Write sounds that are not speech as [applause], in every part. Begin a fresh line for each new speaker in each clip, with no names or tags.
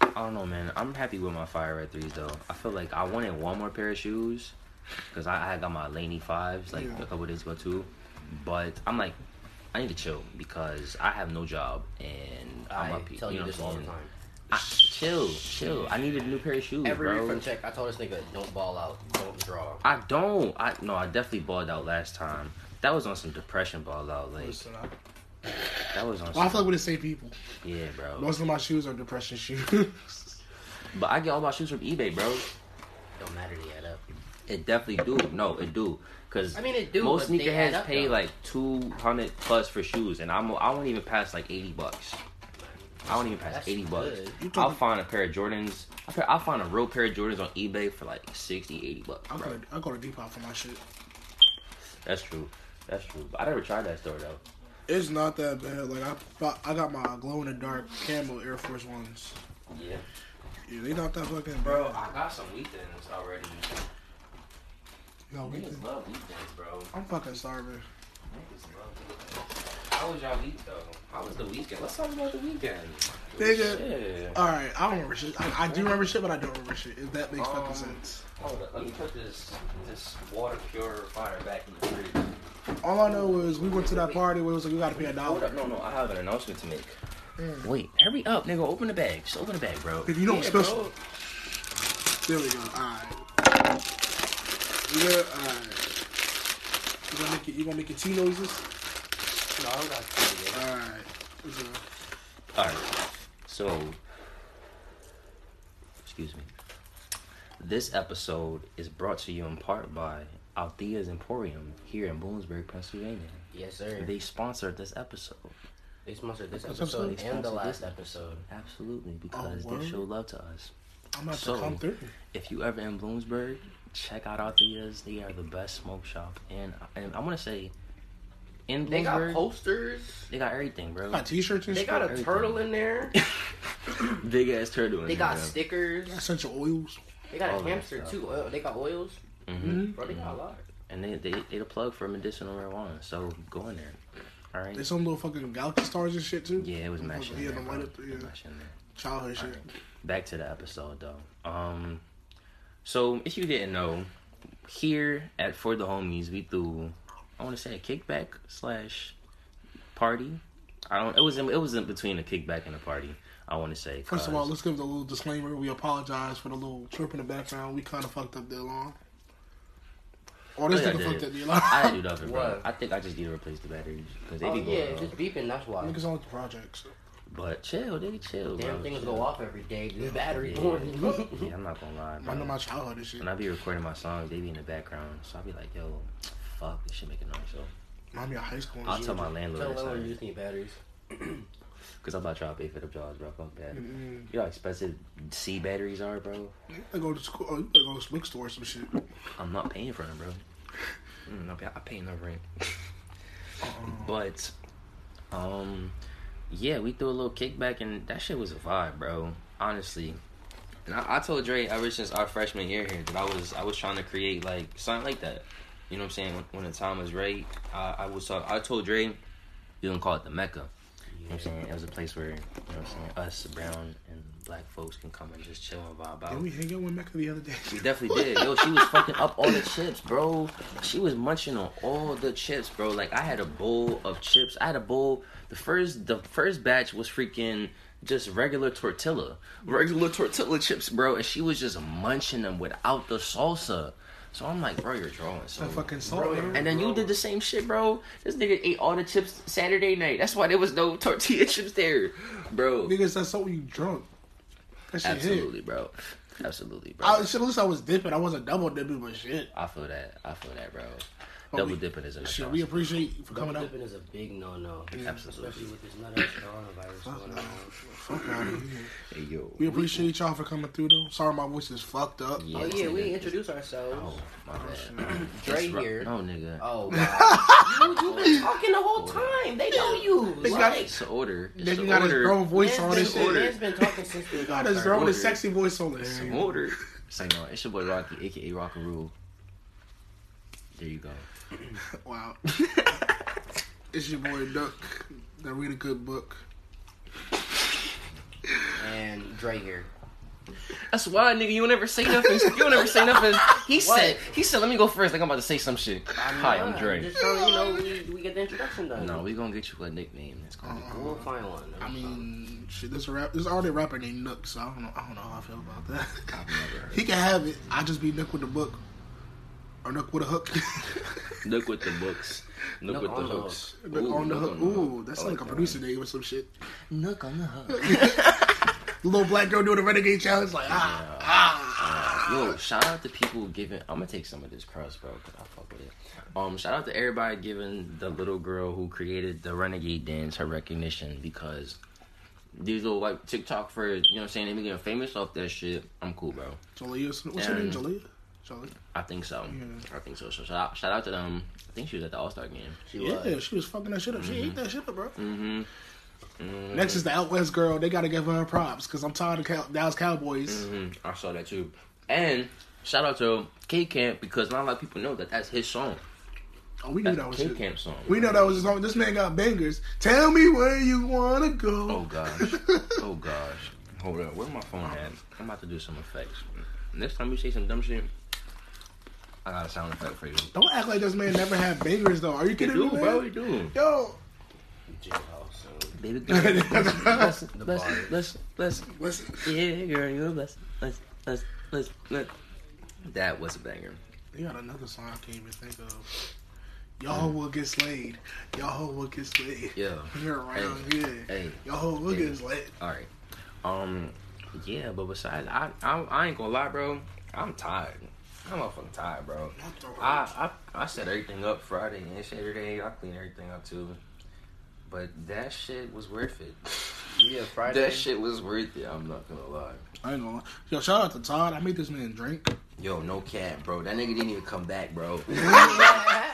I don't know, man. I'm happy with my Fire Red threes though. I feel like I wanted one more pair of shoes because I, I had got my Laney fives like
Yeah.
a couple days ago too. But I'm like, I need to chill because I have no job and I'm
I
up here.
tell you,
know
this
what
all
I'm
the
saying?
time.
I, chill, chill. I needed a new pair of shoes,
Every
bro.
refund check, I told this nigga, don't ball out, don't draw.
I don't. I no. I definitely balled out last time. That was on some depression ball out. Like
Listen, I,
that was on.
well, I feel like
Some,
we're the same people.
yeah, bro.
Most of my shoes are depression shoes. [laughs]
But I get all my shoes from eBay, bro.
Don't matter to add up.
It definitely do. No, it do. Cause
I mean, it do,
most
but they add
sneakerheads
up,
pay
though.
like two hundred plus for shoes, and I'm I won't even pass like eighty bucks. I don't even pass
That's
eighty bucks.
good.
You
I'll
talking-
find a pair of Jordans. I'll fi- I'll find a real pair of Jordans on eBay for like 60, 80 bucks.
I
Bro.
go, to, I go to Depot for my shit.
That's true. That's true. But I never tried that store though.
It's not that bad. Like I, bought- I got my glow in the dark camo Air Force Ones.
Yeah,
Yeah, they not that fucking
bro.
bad.
I got some weekends already.
No, we
Niggas
can-
love weekends, bro.
I'm fucking starving.
How was y'all week though? How was the weekend? Let's talk about the weekend.
Nigga.
Shit.
All right, I don't remember shit. I, I do remember shit, but I don't remember shit. If that makes
Um,
fucking sense.
Hold up. Let me put this this water purifier back in the fridge.
All I know is we went to that party where it was like we gotta pay a
Hold
dollar.
up. No, no. I have an announcement to make. Wait. Hurry up, nigga. Open the bag. Just open the bag, bro.
If you don't
Yeah,
spill
bro.
There we go. All right. Yeah. All right. You gonna make it? You gonna make it tea noises?
No, I don't got to do
All
that.
right.
All right. So, excuse me. This episode is brought to you in part by Althea's Emporium here in Boonesburg, Pennsylvania.
Yes, sir.
They sponsored this episode.
They sponsored this
This
episode
episode?
and the last
They sponsored
episode.
Absolutely, because
Oh, word?
they show love to us.
I'm about
So-
to come through.
If you ever in Bloomsburg, check out Althea's. They are the best smoke shop, and and I want to say, in
They got
Bloomsburg,
posters.
they got everything, bro.
Got t-shirts and
They
shit.
got a
Everything.
turtle
[laughs]
in there.
Big ass turtle. in
They
there,
got
bro.
stickers.
essential oils.
They got
All
a
that
hamster
stuff.
too. Oil. They got oils.
Mhm.
Bro, they got a lot.
and they they they the plug for medicinal marijuana. So go in there. All right.
There's some little fucking galaxy stars and shit too.
Yeah, it was
Fucking-
mashing.
Yeah,
Yeah,
the lineup. Yeah,
there.
childhood shit.
Back to the episode though. Um, so if you didn't know, here at For the Homies, we threw I want to say a kickback slash party. I don't. It was in, it was in between a kickback and a party. I want to say.
First of all,
'cause-
let's give the little disclaimer. We apologize for the little chirp in the background. We kind of fucked up the alarm. Or this
Oh, Yeah, I
nigga
did.
fucked up the alarm. [laughs]
I had to do nothing, bro.
What?
I think I just need to replace the batteries because they
Oh
be
yeah,
going
it's
off.
just beeping. That's why.
Niggas on with the projects.
But chill, they chill.
Damn
bro,
things
chill.
go off every day. The battery
Yeah.
going.
Yeah, I'm not gonna lie.
I know
bro.
my childhood and shit.
When Mm-hmm. I be recording my songs, they be in the background, so I be like, "Yo, fuck, this shit making noise." So
Remind me of high school. and
I'll
shit.
tell my
[laughs] Tell
landlord
them we
sorry,
just need batteries.
because I'm about to try to pay for the jobs, bro. Fuck that.
Mm-mm.
You know how expensive C batteries are, bro.
You gotta go to school. Oh, you gotta go to the bookstore or some shit.
Oh. I'm not paying for them, bro. Mm, I pay, I pay enough rent. but, um, yeah, we threw a little kickback, and that shit was a vibe, bro. Honestly, and I, I told Dre ever since our freshman year here that I was I was trying to create like something like that. You know what I'm saying? When, when the time was right, I, I was talk, I told Dre, you gonna call it the Mecca. You know what I'm saying? It was a place where you know what I'm saying us brown and black folks can come and just chill and vibe out.
Did we hang out with Mecca the other day? [laughs]
We definitely did. Yo, she was fucking up all the chips, bro. She was munching on all the chips, bro. Like I had a bowl of chips. I had a bowl. The first the first batch was freaking just regular tortilla. Regular tortilla chips, bro, and she was just munching them without the salsa. So I'm like, bro, you're drawing so
That fucking salt.
Bro,
bro.
Oh. and then you did the same shit, bro. This nigga ate all the chips Saturday night. That's why there was no tortilla [laughs] chips there, bro.
Niggas, that's salt when you drunk. That shit hit.
Absolutely, bro. Absolutely, bro.
I, shit, at least I was dipping. I wasn't double dipping, but shit.
I feel that. I feel that, bro.
But
Double
Oh, we-
dipping is in the
Shit,
sauce.
we appreciate you for
Double
coming out.
dipping is a big no-no.
Absolutely.
Especially with this nut-ass coronavirus going on.
Fuck out of here.
Hey, yo.
We appreciate y'all for coming through, though. Sorry, my voice is fucked up.
Yeah.
Oh yeah, we introduced ourselves.
Oh, my bad.
Dre
It's ru-
here.
No, nigga.
[laughs] Oh, wow. you, you been talking the whole time. They know you.
They got-
Like,
It's the order. It's
Nigga
the
got his
order.
grown voice on
man's
this
been,
shit.
man's been talking since we
Got
got
his grown,
started.
his sexy voice on
It's
this.
the order. Say no. It's your boy Rocky, a.k.a. Rock and Rule. There you go.
[laughs] Wow. It's your boy Duck. That read a good book.
And Dre here.
That's why, nigga, you don't ever say nothing. You don't ever say nothing. He said, he said, let me go first. Like I'm about to say some shit. Hi, I'm Dre.
uh, Just so you know, we, we get the introduction done.
No, we gonna get you a nickname. That's gonna be
We'll find one.
I mean, shit, there's a rap, there's already a rapper named Nook, so I don't know, I don't know how I feel about that.
I've never heard.
he can have it. I just be Nook with the book, or Nook with
[laughs]
a hook.
Look with the books. Look,
Look
with the
on the
hooks.
[laughs] Nook on the
Nook
hook.
on the
Ooh,
hook.
that's
I
like,
that
a
one.
producer name or some shit.
Nook on the hook.
Little black girl doing the renegade challenge, like ah ah.
Yo, shout out to people giving. I'm gonna take some of this cross, bro, because I fuck with it. Um, shout out to everybody giving the little girl who created the Renegade dance her recognition because these little like TikTokers, you know what I'm saying, they be getting famous off that shit. I'm cool, bro.
Jalea, what's her name?
And-
Jalea. Jalea.
I think so.
Yeah.
I think so. So shout out, shout out to them. I think she was at the All Star game.
She was.
Yeah, she was fucking that shit up. She ate that shit up, bro.
Mm-hmm.
Next is the Out West girl. They gotta give her props because I'm tired of Cow- Dallas Cowboys.
Mm-hmm. I saw that too. And shout out to K Camp because not a lot of people know that that's his song.
Oh, we knew
That's
that was
K
it.
Camp song.
We know that was his song. This man got bangers. Tell me where you wanna go.
Oh gosh. [laughs] oh gosh. Hold up. Where my phone at? I'm about to do some effects. Next time you say some dumb shit, I got a sound effect for you.
[laughs] Don't act like this man never had bangers though. Are you
You
kidding
do,
me,
bro.
man?
You do.
Yo,
Jailhouse. so-
[laughs] Baby girl. Bless, bless, bless, bless.
listen.
Yeah, girl, you a bless, bless, bless, bless, bless. That was a banger.
You got another song I can't even think of. Y'all will get slayed. Y'all will get slayed.
Mm. Yeah.
You're around
Hey.
here.
Hey.
Y'all will
Hey.
get slayed.
All right. Um. Yeah, but besides, I, I I ain't gonna lie, bro. I'm tired. I'm motherfucking tired, bro.
Not the
I, I I set everything up Friday and Saturday. I cleaned everything up too. But that shit was worth it.
Yeah, Friday.
That shit was worth it. I'm not gonna lie.
I ain't gonna lie. Yo, shout out to Todd. I made this man drink.
[laughs] Yo, no cap, bro. That nigga didn't even come back, bro.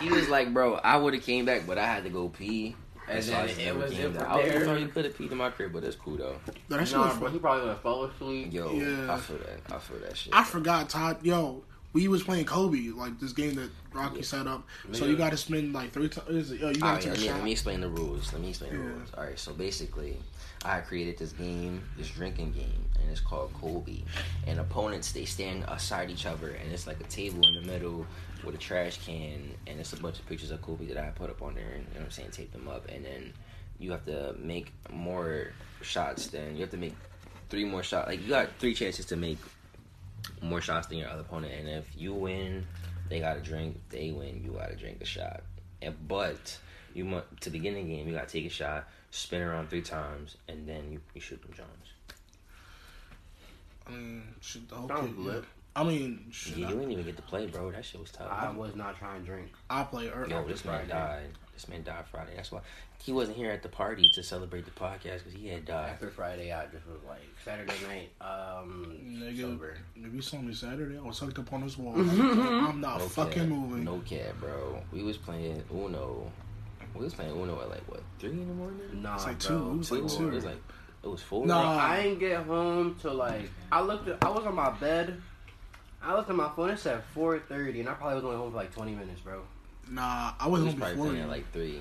he was like, bro, I would have came back, but I had to go pee. And so I
then
just
it
never
was
came
it
back.
from
I was
there.
sorry you could have peed in my crib, but that's cool though.
Yo, that shit was
Nah,
fu-
bro, he probably gonna fall asleep.
Yo,
Yeah.
I feel that. I feel that shit.
I forgot, Todd. Yo, we was playing Kobe, like this game that Rocky set up. So you
Yeah.
got to spend like three times. Yo, you
All
got
right,
to
let
take a
me, let
shot.
me explain the rules. Let me explain the
Yeah.
rules. All right, so basically, I created this game, this drinking game, and it's called Kobe. And opponents they stand aside each other, and it's like a table in the middle with a trash can, and it's a bunch of pictures of Kobe that I put up on there, and you know what I'm saying, tape them up, and then you have to make more shots than you have to make three more shots. Like you got three chances to make more shots than your other opponent, and if you win, they got to drink. If They win, you got to drink a shot. And, but you mu to begin the game, you got to take a shot, spin around three times, and then you, you shoot them Jones.
I mean, shit, the whole
Sounds
kid,
lit.
I mean, shit,
Yeah, you didn't even get to play, bro. That shit was tough.
I was not trying to drink.
I, I play early.
Yo, this man
Friday.
died. This man died Friday. That's why he wasn't here at the party to celebrate the podcast because he had died.
After Friday, I just was like Saturday night. Um,
Nigga,
sober.
if you saw me Saturday, I was hooked up on
[laughs]
this wall. I'm not
No cap.
fucking moving.
No cap, bro. We was playing Uno. We was playing Uno at like what three in the morning?
Nah,
It's like
bro.
two. It's like
Four.
two.
It was like it was four.
Nah.
Bro, I didn't get home till like I looked. At, I was on my bed. I looked at my phone. It said four thirty, and I probably was only home for like twenty minutes, bro.
Nah, I
We
wasn't
was
home
probably
before
playing
you.
at like three.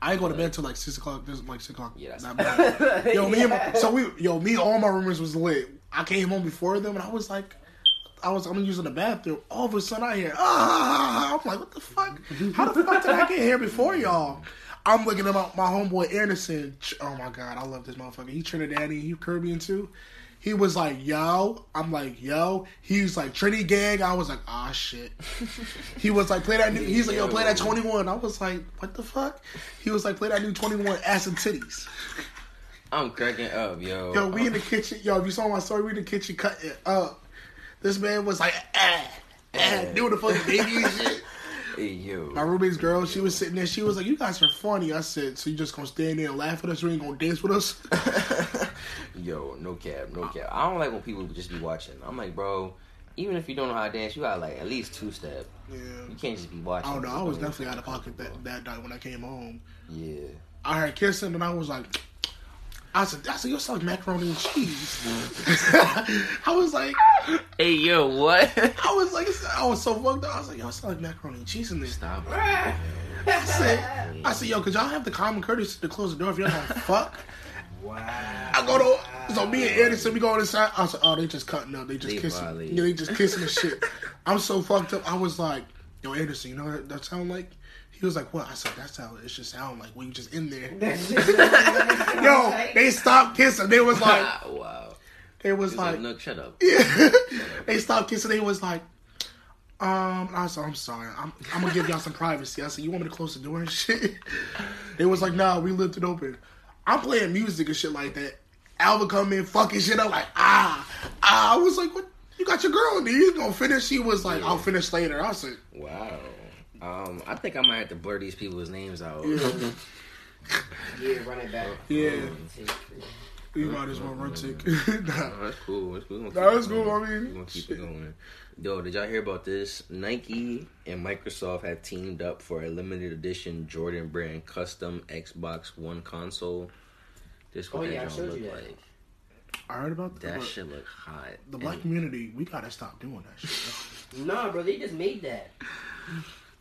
I ain't go to bed till like six o'clock. This like six o'clock.
Yeah, that's-
that
[laughs]
morning. yo, me and my, so we yo me and all my roommates was lit. I came home before them, and I was like, I was I'm using the bathroom. All of a sudden, I hear ah! I'm like, what the fuck? How the fuck did I get here before y'all? I'm looking at my, my homeboy Anderson. Ch- Oh my god, I love this motherfucker. He Trinidadian, he Caribbean too. He was like, yo. I'm like, yo. He's like, Trinity gang. I was like, ah, shit. He was like, play that new. He's like, yo, play that 21. I was like, what the fuck? He was like, play that new 21 ass and titties.
I'm cracking up, yo.
Yo, we in the kitchen. Yo, if you saw my story, we in the kitchen cutting up. This man was like, ah, ah, doing the fucking baby and shit.
Hey, yo.
My roommate's girl, she was sitting there. She was like, you guys are funny. I said, so you just gonna stand there and laugh at us? You ain't gonna dance with us?
[laughs] Yo, no cap, no cap. I don't like when people just be watching. I'm like, bro, even if you don't know how to dance, you got like at least two step.
Yeah.
You can't just be watching.
I don't know. Oh, I was
Don't even
definitely out of
feel
pocket that, that night when I came home.
comfortable. Yeah.
I heard kissing and I was like, I said, I said, you sound like macaroni and cheese. [laughs] I was like,
Hey, yo, what?
I was like, I was so fucked up. I was like, y'all sound like macaroni and cheese in this.
Stop.
I
[laughs]
said, I said, yo, could y'all have the common courtesy to close the door if y'all don't fuck?
Wow.
I go to So me and Anderson, we go inside. I was like, oh, they just cutting up. They just
They
kissing.
violate.
Yeah, they just kissing and shit. I'm so fucked up. I was like, yo, Anderson, you know what that sound like? He was like, what? I said, that's how it should sound like when you just in
[laughs]
there. Yo, they stopped kissing. They was like,
[laughs] wow.
they was
It's like,
like,
Nook, shut up.
yeah. they stopped kissing. They was like, um, I said, I'm sorry. I'm, I'm gonna give y'all some privacy. I said, you want me to close the door and shit? They was like, nah, we left it open. I'm playing music and shit like that. Alvin come in, fucking shit up, like, ah, ah. I was like, what? You got your girl, dude. You gonna finish? She was like, I'll finish later. I said,
Wow. Um, I think I might have to blur these people's names out.
yeah,
Yeah, run it back.
yeah. We might as well run tick. [laughs] nah.
Oh, that's cool. That's cool. We're gonna
Nah,
keep
that's
it
cool,
going.
I mean,
We're gonna keep
shit.
it going. Yo, did y'all hear about this? Nike and Microsoft have teamed up for a limited edition Jordan brand custom Xbox One console. This is what
Oh,
that
yeah, I
joint
showed
look
you that.
like.
I heard about
That
that.
shit look hot.
the black
And
community, we gotta stop doing that shit.
Nah, bro, they just made that.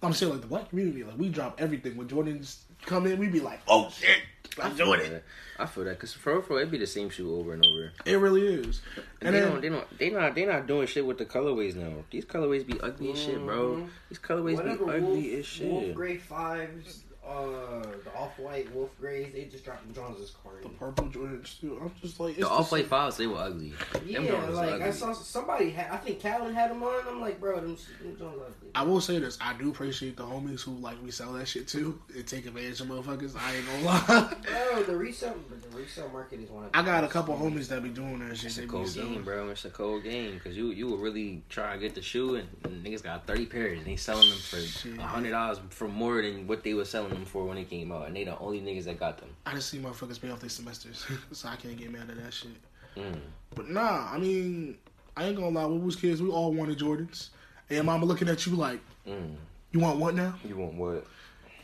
I'm saying like the black community, like we drop everything. When Jordans come in, we be like, oh shit,
I
I'm
feel
doing it.
that. I feel that because for for it'd be the same shoe over and over.
It really is.
And
And
they don't,
then
they don't, they not, they not doing shit with the colorways now. These colorways be ugly as shit, bro.
Mhm.
These colorways be
Whatever,
ugly
Wolf,
as shit.
Wolf Gray fives, uh, the off white Wolf Grays, they just dropping Johns as card.
the purple Jordans too. I'm just like,
the
it's
off white
same.
fives, they were ugly.
Yeah,
Johns is
like I
ugly.
saw somebody had. I think Calvin had them on. I'm like, bro, them, sh- them Johns ugly.
I will say this, I do appreciate the homies who like resell that shit too and take advantage of motherfuckers. I ain't gonna lie. [laughs]
Bro, Oh, the resale, the resale market is one of.
I got a couple homies that be doing that shit.
It's
They
a
be
cold
selling-
game, bro. It's a cold game because you you will really try to get the shoe and, and niggas got thirty pairs and they selling them for
Shit.
a hundred dollars for more than what they was selling them for when they came out and they the only niggas that got them.
I just see motherfuckers pay off their semesters, [laughs] so I can't get mad at that shit.
Mm.
But nah, I mean, I ain't gonna lie. When we was kids, we all wanted Jordans. And mama looking at you like,
Mm.
you want what now?
You want what?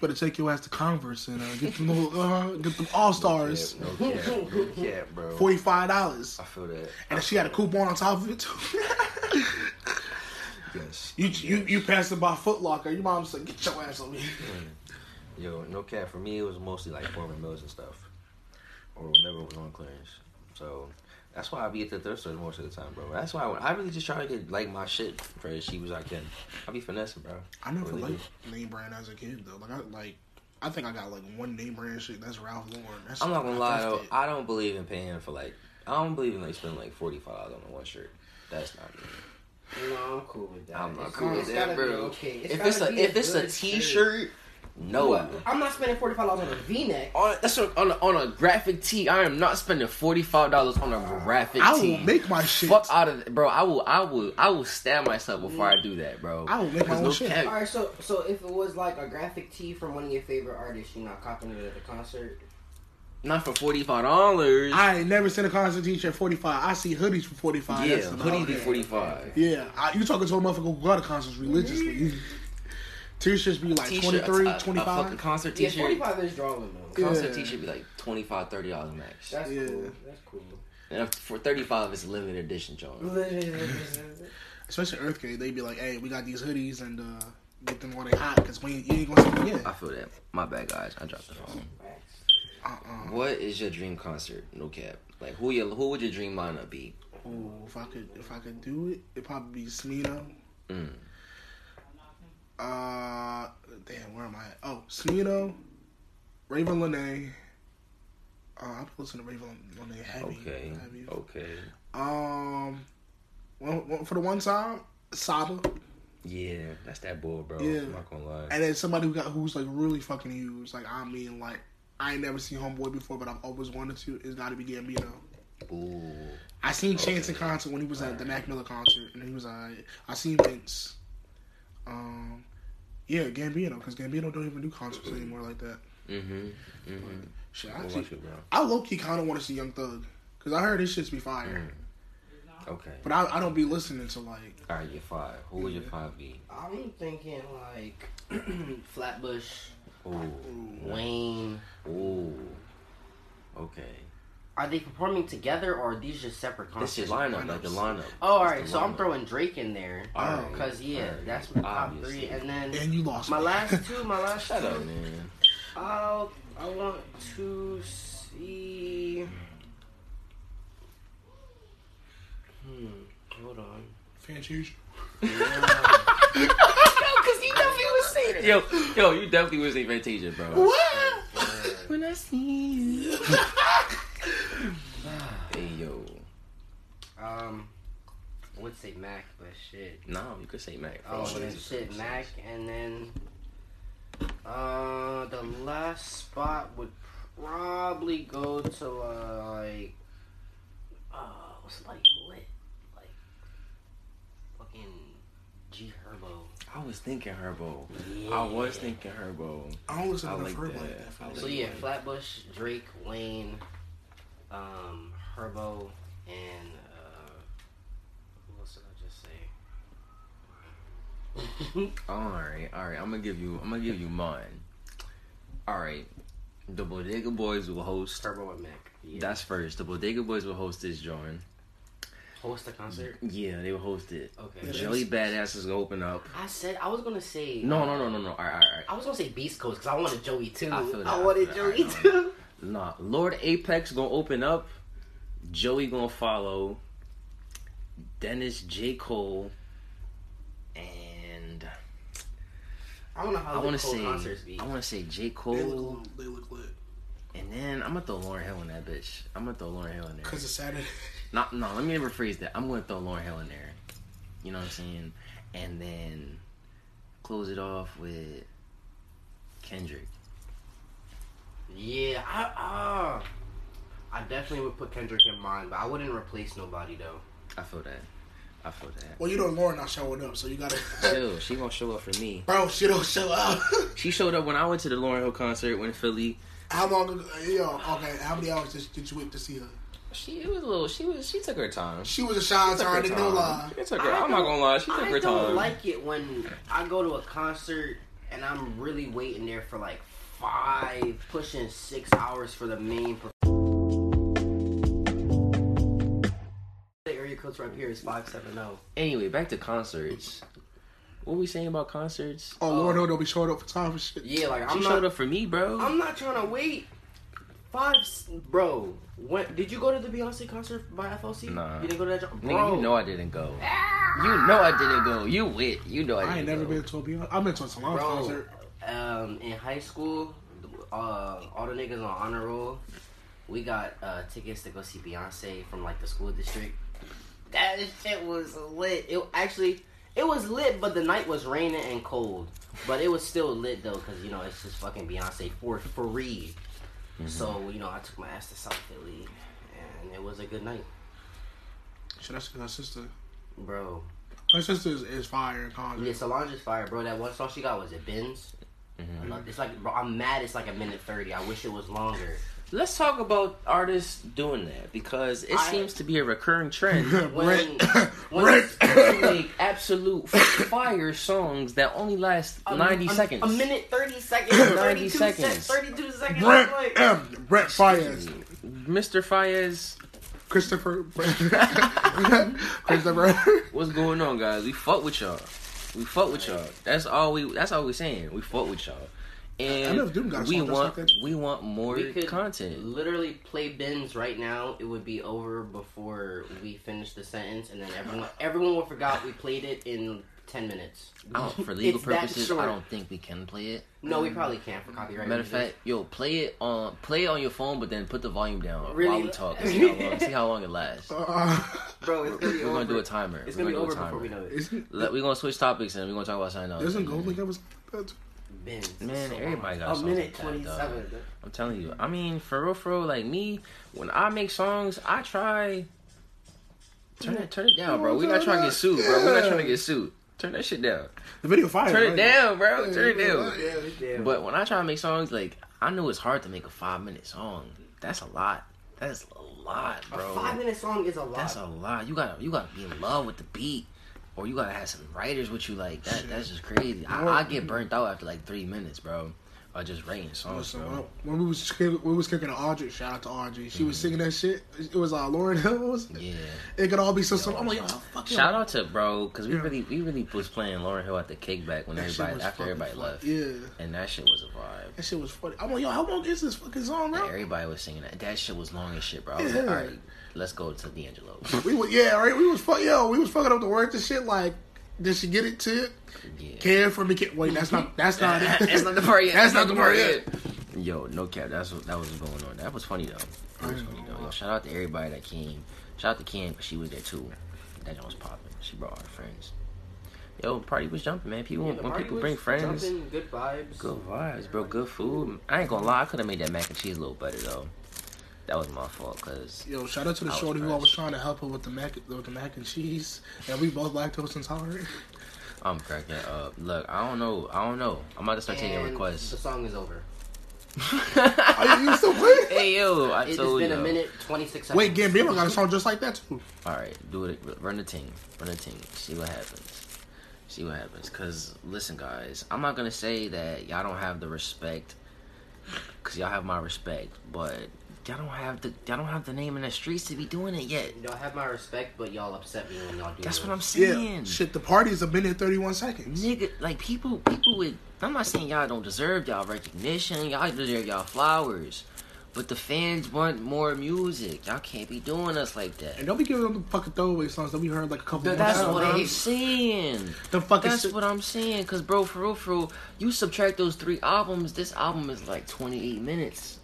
Better take your ass to Converse and uh, get them little, uh, get them All Stars.
No cap, no cap, no cap, bro.
Forty five dollars,
I feel that.
and she had a coupon on top of it too. [laughs]
Yes.
you you you passing by Foot Locker, your mom said, "Get your ass over here."
Yo, no cap. For me, it was mostly like Foreman Mills and stuff, or whenever it was on clearance. So that's why I be at the thrift stores most of the time, bro. That's why I, I really just try to get like my shit for as cheap as I can. I be finessing, bro.
I never
Really
liked name brand as a kid though. Like I like, I think I got like one name brand shit. That's Ralph Lauren. That's
I'm not gonna lie
that's
though,
it.
I don't believe in paying for like I don't believe in like spending like forty five dollars on one shirt. That's not me.
No, I'm cool with that.
I'm not
It's-
cool with
it's
that,
gotta
bro.
be okay. It's
if
gotta
it's a
be
if it's a
good
t shirt, no.
What? I'm not spending forty five dollars on a V neck.
On, that's what, on a, on a graphic tee. I am not spending forty five dollars on a graphic
I
tee.
will make my shit.
Fuck out of bro. I will I will I will stab myself before I do that, bro.
I will make my
There's
own
no
shit.
cap.
All right, so so if it was like a graphic tee from one of your favorite artists, you're not copying it at the concert.
Not for forty five dollars.
I ain't never seen a concert t-shirt forty five. I see hoodies for forty five.
Yeah, hoodie be forty five.
Yeah, I, you talking to a motherfucker who go to concerts religiously. T-shirts be like
T-shirt, a-
23,
a- a
25.
fucking concert
Yeah,
t
forty
shirt.
five is drawing though.
Yeah.
Concert t shirt be like 25 dollars max.
That's
Yeah.
cool. That's cool.
And if- for 35 it's a limited edition, John.
especially Earthquake, they be like, "Hey, we got these hoodies and uh, get them while they hot because we ain't, you ain't gonna see them again."
I feel that. My bad, guys. I dropped the phone.
Uh-uh.
What is your dream concert? No cap. Like who your who would your dream lineup be?
Ooh, if I could, if I could do it, it'd probably be Smino.
Mm.
Uh, damn, where am I? At? Oh, Smino, Raven Lene. Uh, I've been listening to Raven Lene heavy.
Okay.
heavy.
Okay.
Um, one, one, for the one time, Saba,
Yeah, that's that bull, bro.
Yeah.
I'm not gonna lie.
and then somebody who got who's like really fucking huge. Like I mean, like I ain't never seen Homeboy before, but I've always wanted to. It's got to be Gambino.
Ooh.
I seen Chance in
Okay.
concert when he was at the Mac Miller concert, and he was like, I seen Vince. Um, yeah, Gambino, because Gambino don't even do concerts anymore like that.
Mm-hmm. Mm-hmm.
Shit, I,
What
actually,
about you, bro?
I low key kind of want to see Young Thug, because I heard his shit's be fire,
Mm. Okay.
but I, I don't be listening to like.
All right, your five. Who would your five be?
I'm thinking like [clears throat] Flatbush,
Ooh.
Wayne.
Ooh. Okay.
Are they performing together or are these just separate concerts?
This is lineup, like the lineup.
Oh, all
It's
right.
the
So I'm
lineup.
throwing Drake in there. Oh,
All right,
Cause yeah,
all right,
that's my top
obviously.
three. And then
And you lost
my
[laughs]
me. [laughs]
last two, my last
Shut up,
two.
man.
I'll I want to see Hmm,
[laughs]
Fantasia.
because you definitely was saying it. Yo, yo, you definitely was saying Fantasia, bro.
[laughs] What?
When I see you. hey, yo.
Um, I would say Mac, but shit.
No, you could say Mac.
Oh,
bro.
then shit, Mac, and then uh, the last spot would probably go to uh, like uh, what's like lit, like fucking G Herbo.
I was thinking Herbo. I was thinking Herbo.
I don't listen
I
to
like
like Herb
that.
like that.
I like
So yeah, Flatbush, Drake, Wayne, um, Herbo, and uh, who else did I just say? [laughs]
All right, all right. I'm gonna give you. I'm gonna give you mine. All right. The Bodega Boys will host.
Herbo and Mac. Yeah.
That's first. The Bodega Boys will host this joint.
host the concert.
Yeah, they will host it.
Okay.
Jelly Badass is gonna open up.
I said I was gonna say
No, no, no, no, no. All right, all right.
I was gonna say Beast Coast because I wanted Joey too.
I feel that.
wanted
I
Joey
know.
too.
Nah, Lord Apex gonna open up. Joey gonna follow. Dennis J Cole. And
I don't know how
I
I
want
want
to say
concerts be.
I want to say J
They
Cole.
look, they look lit.
And then I'm gonna throw Lauren Hill in that bitch. I'm gonna throw Lauren Hill in there.
Because it's Saturday.
No, no, let me rephrase that. I'm gonna throw Lauren Hill in there. You know what I'm saying? And then close it off with Kendrick.
yeah, I uh, I definitely would put Kendrick in mine, but I wouldn't replace nobody though.
I feel that. I feel that.
Well, you know Lauren not showing up, so you gotta.
Chill, she gonna show up for me.
Bro, she don't show up. [laughs]
She showed up when I went to the Lauren Hill concert when Philly.
how long ago? Yo, okay, how many hours did, did you wait to see her?
She it was a little. She was. She took her time. She
She was a shine
took her
target, no
time.
lie.
She took her- I'm not gonna lie. She took
I
her
don't
time.
like it when I go to a concert and I'm really waiting there for like five, pushing six hours for the main. Per- the area codes right here is five seven oh. zero.
anyway, back to concerts. What we saying about concerts?
Oh, Lauren Hill don't be showing up for time for shit.
Yeah, like
She
I'm not
showed up for me, bro.
I'm not trying to wait. Five, s- bro. When did you go to the Beyonce concert by FLC?
Nah.
You didn't go to that, jo-
Nigga,
bro.
you know I didn't go. You know I didn't go. You wit. You know I didn't
I ain't never
go.
been to a Beyonce. I've been to a Solange
Bro.
concert.
um, in high school, uh, all the niggas on honor roll, we got uh tickets to go see Beyonce from like the school district. That shit was lit. It actually, it was lit, but the night was raining and cold. But it was still lit though, cause you know it's just fucking Beyonce for free.
Mm-hmm.
So you know I took my ass to South Philly, and it was a good night,
Shit, that's her sister.
bro.
Her sister is, is fire in concert. [laughs]
Yeah, Solange is fire, bro. That one song she got was it Benz.
Mm-hmm.
I love- It's like bro, I'm mad. It's like a minute thirty. I wish it was longer.
Let's talk about artists doing that because it
I-
seems to be a recurring trend.
[laughs] When-
Rent.
when-
They
Rent.
make absolute fire songs that only last
[coughs] A-
90
a-
seconds.
A minute
[coughs]
thirty seconds. Ninety
90
seconds.
seconds.
Thirty-two seconds.
Brent
Like,
M. Brent Fires.
Mr. Fayez,
Christopher. [laughs] Christopher.
what's going on, guys? We fuck with y'all. We fuck with y'all. That's all we. That's all we saying. We fuck with y'all,
I never
and
do got a
we
song just
want
like that.
we want more
we could
content.
literally play bins right now. It would be over before we finish the sentence, and then everyone everyone will forgot we played it in ten minutes.
I don't,
[laughs]
for legal
It's that
purposes,
short.
I don't think we can play it.
No, we probably can't for copyright.
Matter of
reasons.
fact, yo, play it on play it on your phone, but then put the volume down while
Really?
we talk. and See
[laughs]
how long, see how long it lasts.
Uh,
bro, it's gonna be
We're
over.
gonna do a timer.
It's
We're
gonna be
do a
over
timer.
before we know it.
isn't,
Let- we're gonna switch topics and we're gonna talk about something else.
isn't Golden Gate was like that?
Bins.
Man, everybody got
a
songs
minute
like that, dog.
twenty-seven.
I'm telling you. I mean, for real, for real, like me, when I make songs, I try. Turn it, turn it down, bro. We're not trying to get sued, bro. We're not trying to get sued. Turn that shit down.
The video fire.
Turn it
right?
down, bro. Turn it down.
Yeah,
Yeah.
But when I try to make songs, like I know it's hard to make a five minute song. That's a lot. That's a lot,
a
bro.
five-minute song is a lot.
That's a lot. You gotta you gotta be in love with the beat, or you gotta have some writers with you like that. That's just crazy. I, I get burnt out after like three minutes, bro. or just writing songs.
Listen,
bro.
when- Oh, when we was kick- we was kicking to Audrey, shout out to Audrey. She was singing that shit. It was uh, Lauren Hill. what Was it?
Mm-hmm. Yeah.
it could all be so simple. I'm like, yo, how fucking
Shout out to bro, cause we
Yeah.
really we really was playing Lauren Hill at the kickback when
That shit
everybody
was
after
fucking
everybody
fun.
left,
Yeah,
and that shit was a vibe.
that shit was funny. I'm like, yo, how long is this fucking song,
And
bro?
everybody was singing that. That shit was long as shit, bro. I was like,
Yeah.
all right, let's go to
[laughs]
D'Angelo.
We were, yeah, right. We was fuck, yo, we was fucking up the words and shit. Like, did she get it too?
yeah.
Care for me? Care. Wait, that's not. That's
[laughs]
not.
that's not the part yet.
[laughs] That's not the part
[laughs]
yet.
Yo, no cap. That's what that was going on. That was funny though. It was funny though. Yo, shout out to everybody that came. Shout out to Kim, 'cause she was there too. That joint was popping. She brought her friends. Yo, party was jumping, man. People
the
when
party
people
was
bring friends.
Jumping, good vibes.
Good vibes, bro. Good food. I ain't gonna lie, I could have made that mac and cheese a little better though. That was my fault, cause
Yo, shout out to the
I was
shorty who I was
first.
trying to help her with the mac with the mac and cheese, and we both lactose intolerant.
I'm cracking up. Look, I don't know. I don't know. I'm about to start taking
And The
requests.
song is over.
[laughs]
Are you, you still playing?
hey yo, I
It's
told
been
you.
a minute, 26 seconds.
Wait, Gambino got a song just like that too.
All right, do it. Run the ting. Run the ting. See what happens. See what happens. Cause listen, guys, I'm not gonna say that y'all don't have the respect, cause y'all have my respect, but y'all don't have the y'all don't have the name in the streets to be doing it yet.
Y'all have my respect, but y'all upset me when y'all do
That's
it.
what I'm
Yeah,
saying.
shit. The party's a minute and thirty-one seconds.
Nigga, like people, people with. I'm not saying y'all don't deserve y'all recognition. Y'all deserve y'all flowers, but the fans want more music. Y'all can't be doing us like that.
And don't be giving them the fucking throwaway songs that we heard like a couple.
Th-
months
That's
ago.
what I'm
Right.
saying.
The fucking.
That's
shit-
what I'm saying. Cause bro, for real, for real, you subtract those three albums. This album is like 28 minutes.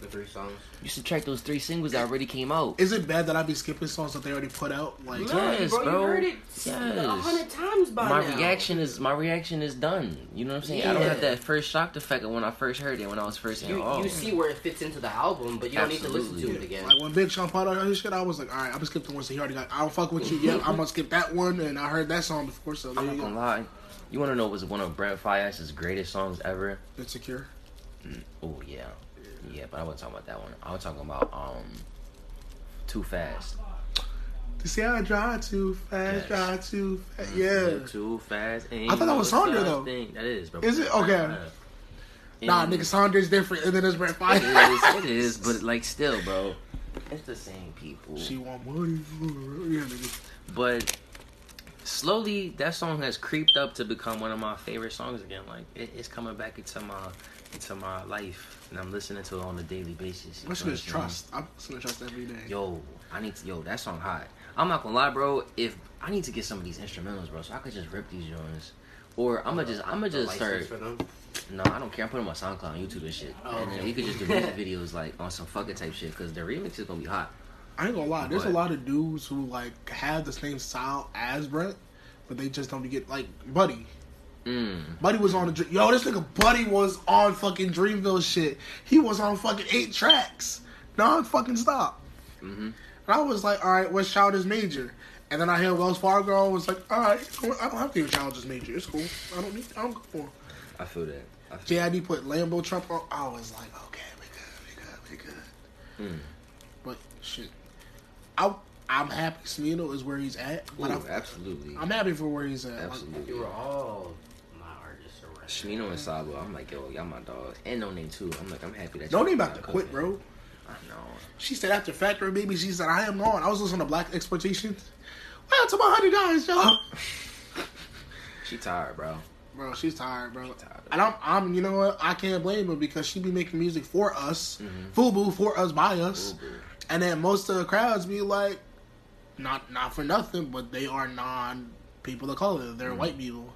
The three songs.
You subtract those three singles that already came out.
Is it bad that I be skipping songs that they already put out? Like,
No. Yes,
bro,
bro.
You heard it
Yes.
a hundred times by
my
now.
reaction is my reaction is done. You know what I'm saying? I don't
Yeah.
have that first shock effect of when I first heard it when I was first in.
You,
oh,
you see where it fits into the album, but you don't need to listen to it
Absolutely.
again.
like when Big Sean put out his shit, I was like, all right, I'm gonna skip the ones that he already got. I don't fuck with you yet. I'm gonna skip that one, and I heard that song before, so there
I'm
you
not gonna
go.
lie. You wanna know was one of Brent Fias's greatest songs ever?
Insecure.
Oh yeah. Yeah, but I wasn't talking about that one. I was talking about um Too Fast.
You see, I drive too fast,
Yes.
drive too fast. Yeah.
Too fast and
I thought that was Sandra, though.
That is, bro.
Is it? Okay. Nah,
And
nigga, Saunders different, and then it's Brent Fire.
It is, it is, but like still, bro. It's the same people.
She want money. for her. Yeah, nigga.
But slowly, that song has creeped up to become one of my favorite songs again. Like it, it's coming back into my into my life, and I'm listening to it on a daily basis. You
My shit
know
is
what I'm saying?
trust. I'm listening to trust every day.
Yo, I need to. Yo, that song hot. I'm not gonna lie, bro. If I need to get some of these instrumentals, bro, so I could just rip these joints, or I'm gonna just I'm gonna
The
just start.
license for them.
No, I don't care. I'm putting my SoundCloud, and YouTube, and shit,
Oh,
and then
okay.
we could just do music videos like on some fucking type shit because the remix is gonna be hot.
I ain't gonna lie. There's a
What?
lot of dudes who like have the same style as Brent, but they just don't get like Buddy.
Mm.
Buddy was on the Dr- yo. This nigga Buddy was on fucking Dreamville shit. He was on fucking eight tracks, non fucking stop. And I was like, all right, what child is major? And then I hear Wells Fargo. I was like, all right, you know what, I don't have to hear child is major. It's cool. I don't need. I don't go for.
I feel that. I feel
JID put Lambo Trump on. I was like, okay, we good, we good, we good.
Mm.
But shit, I I'm happy Smino is where he's at. But
Ooh,
I'm,
absolutely.
I'm happy for where he's at. Like,
absolutely.
You were all my artists or whatever. [laughs]
Shmino and Sabo, I'm like, yo, y'all my dogs. And No Name too. I'm like, I'm happy that
no
y'all
name about to
y'all
quit,
cousin.
bro.
I know.
She said after Factory Baby, she said I am gone. I was listening to Black Exploitation. Well, to my hundred dollars, y'all.
She tired, bro.
Bro, she's tired, bro.
tired.
And I'm, I'm, you know what? I can't blame her because she be making music for us, FUBU for us by us,
Mm-hmm. FUBU.
and then most of the crowds be like, not not for nothing, but they are non people of color. They're
Mm-hmm.
white people,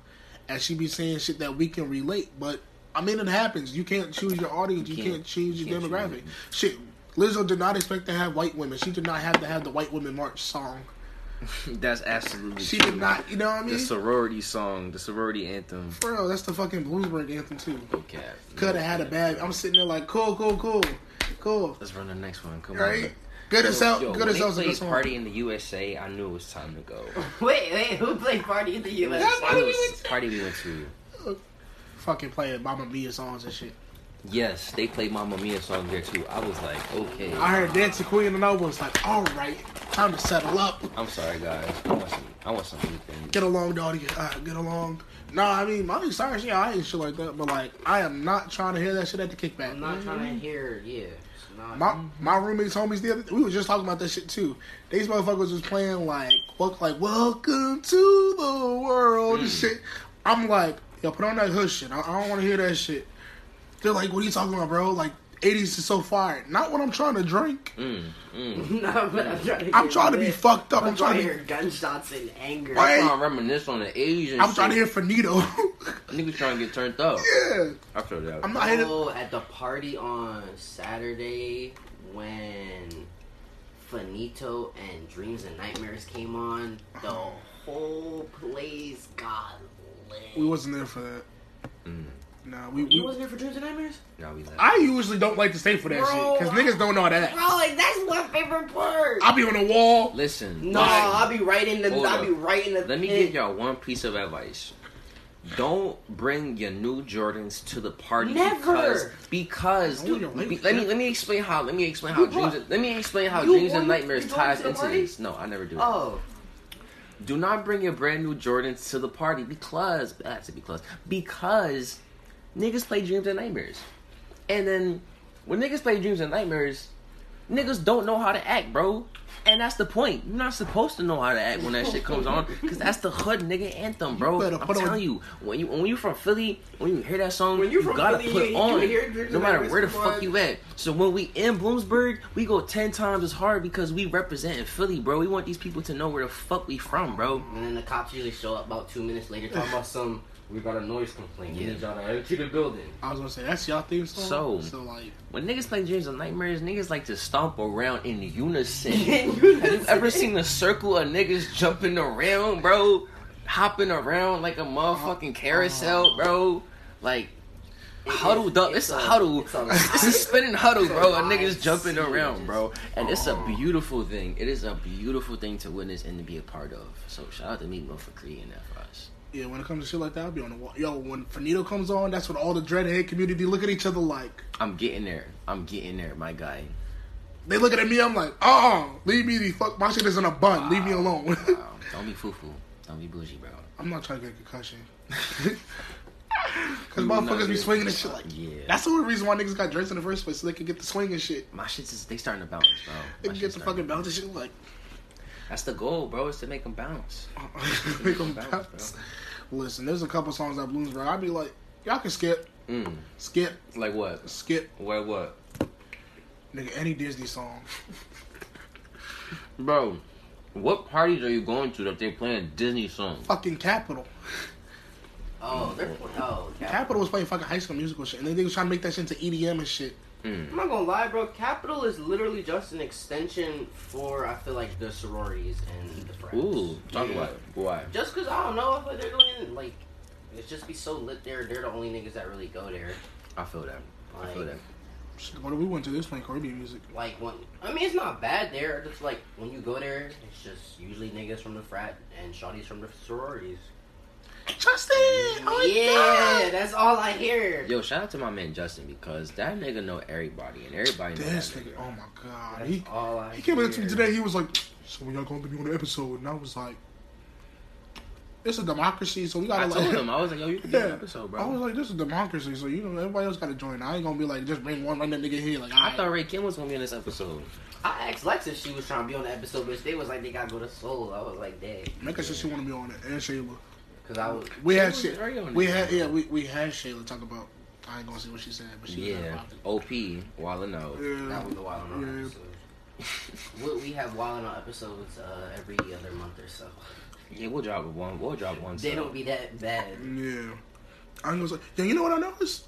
and she be saying shit that we can relate. But I mean, it happens. You can't choose your audience. You, can't, choose
you
your
can't
demographic.
choose.
Shit, Lizzo did not expect to have white women. She did not have to have the white women march song.
[laughs] That's absolutely
She
true.
did not. You know what I
The
mean?
sorority song, the sorority anthem.
Bro, that's the fucking Bloomsburg anthem too.
Okay.
Could have had a bag. I'm sitting there like, cool, cool, cool, cool.
Let's run the next one. Come on.
Right? Good as hell.
Yo,
Good
when
as
they
hell's a
played
good song.
Party in the USA, I knew it was time to
[laughs]
go.
Wait, wait, who played Party in the U.S.?
That
It
Party
was
we went to.
Party we went to.
Fucking playing Mama Mia songs and shit.
Yes, they played Mamma Mia song there too. I was like, okay.
I heard Dancing Queen and I was like, all right, time to settle up.
I'm sorry, guys. I want some, I I want some anything.
Get along, Dottie. Uh, get along. No, I mean Miley Cyrus, yeah, I ain't shit like that, but like I am not trying to hear that shit at the kickback.
I'm not Mm-hmm. trying to hear. Yeah, it's not.
My my roommates, homies, the other we were just talking about that shit too. These motherfuckers was playing like wel- like Welcome to the World
Mm.
and shit. I'm like, yo, put on that hood shit. I, I don't want to hear that shit. They're like, what are you talking about, bro? Like. 80s is so fire. Not when I'm trying to drink.
Mm,
Mm-hmm.
mm.
No, [laughs] I'm not trying to.
I'm
hear
trying to be
this.
fucked up.
I'm, trying to
be-
hear gunshots and anger.
Right?
Trying to reminisce on the Asian.
I'm trying to
shit.
hear finito. [laughs]
Niggas trying to get turned up.
yeah.
I feel that.
I'm not hitting.
Oh, at the party on Saturday when Finito and Dreams and Nightmares came on, the whole place got lit.
We wasn't there for that.
Mm.
Nah, we. we
you wasn't there for Dreams and Nightmares,
Now we left.
I usually don't like to stay for that
Bro,
shit because niggas don't know that.
bro. Like that's my favorite part.
I'll be on the wall.
Listen.
no,
listen.
I'll be right in the.
Hold
I'll
up.
be right in the.
Let me
thing.
give y'all one piece of advice. Don't bring your new Jordans to the party
Never.
because because
No, you're right.
be- let me let me explain how let me explain how
You
dreams
brought-
let me explain how
you
dreams and
brought-
nightmares
you brought
ties
to the
into
party?
this. No, I never do. That.
Oh,
Do not bring your brand new Jordans to the party because I said because because niggas play dreams and nightmares, and then when niggas play dreams and nightmares, niggas don't know how to act, bro. And that's the point. You're not supposed to know how to act when that shit comes on, because that's the hood nigga anthem, bro.
better
I'm
put on-
telling you, when you when you from Philly, when you hear that song,
When you
you
from
gotta
Philly,
put
you- you
on.
hear Dreams
no
and
matter
Nightmares
where the
come
fuck
on.
you at. So when we in Bloomsburg, we go ten times as hard because we represent in Philly, bro. We want these people to know where the fuck we from, bro.
and then the cops usually show up about two minutes later talking about some. We got a noise complaint. We
Yeah.
need y'all to empty the building.
I was gonna say that's y'all theme
So-
song. so like,
When niggas play dreams and nightmares, niggas like to stomp around in unison.
In
Have [laughs] you
unison.
ever seen a circle of niggas jumping around, bro? Hopping around like a motherfucking carousel, bro? Like huddled up. It's, a, huddle. [laughs] It's
It's
a,
a live-
spinning huddle,
it's a
bro. A
live
niggas jumping
scene.
around, bro. And it's a
Oh.
beautiful thing. It is a beautiful thing to witness and to be a part of. So shout out to Meat Mo for creating that for us.
yeah, when it comes to shit like that, I'll be on the wall. Yo, when Finito comes on, that's when all the dreadhead community look at each other like
I'm getting there. I'm getting there, my guy.
they looking at me. I'm like, uh, uh leave me the fuck. My shit is in a bun. Leave me alone.
Wow. Um, Don't be foo foo. Don't be bougie, bro.
[laughs] I'm not trying to get a concussion. [laughs] Cause
You will not
motherfuckers be
get-
swinging and shit like.
Yeah.
That's the only reason why niggas got dreads in the first place, so they could get the swing and shit.
My shit's just, they starting to bounce, bro. My
They can
shit's
get the
starting
fucking
to
bounce and shit like. [laughs]
bounce. That's the goal, bro, is to make them bounce.
Make 'em
Bounce,
bounce. Listen, there's a couple songs that Bloomsburg. I'd be like, y'all can skip,
Mm.
skip,
Like what?
skip,
What, what?
nigga, any Disney song.
Bro, what parties are you going to that they playing Disney songs?
Fucking Capital.
Oh, they're oh. yeah.
Capital was playing fucking High School Musical shit, and then they was trying to make that shit into EDM and shit.
Mm.
I'm not gonna lie, bro. Capital is literally just an extension for I feel like the sororities and the friends.
Ooh, talk
Yeah.
about it. Why?
Just cause I don't know, I feel like they're going like it's just be so lit there. They're the only niggas that really go there.
I feel that. I feel
Like-
that.
Shit, what if we went to this playing Caribbean music?
Like when I mean, it's not bad there. Just like when you go there, it's just usually niggas from the frat and shawties from the sororities.
Justin! Oh
yeah,
yeah!
that's all I hear.
Yo, shout out to my man Justin because that nigga know everybody and everybody know
This
that
nigga, oh my god.
That's
He,
all I
he came up to me
hear.
today, he was like, so when y'all going to be on the episode? And I was like, it's a democracy, so we
I
gotta
told
like.
him I was like, yo, you can do an
Yeah,
episode,
I was
bro.
like, this is democracy, so you know everybody else got to join. I ain't gonna be like just bring one random nigga here. Like
I thought Ray Kim was gonna be in this episode.
I asked Lex if she was trying to be on the episode, but they was like they gotta go to Seoul. I was like, dang.
Mecca said she want to be on it and Shayla.
Cause I was
We
She
had
was
shit.
very on
We
it.
had yeah. We, we had Shayla talk about. I ain't gonna see what she said, but she was
Yeah.
like,
OP, wildin' out.
that
yeah.
was the Wild and Out
Yeah.
episode. [laughs] we, we have Wild and Out episodes uh, every other month or so.
Yeah, we'll drop one. We'll drop one.
They
sub.
don't be that bad.
Yeah. I ain't gonna say. Yeah, you know what I noticed?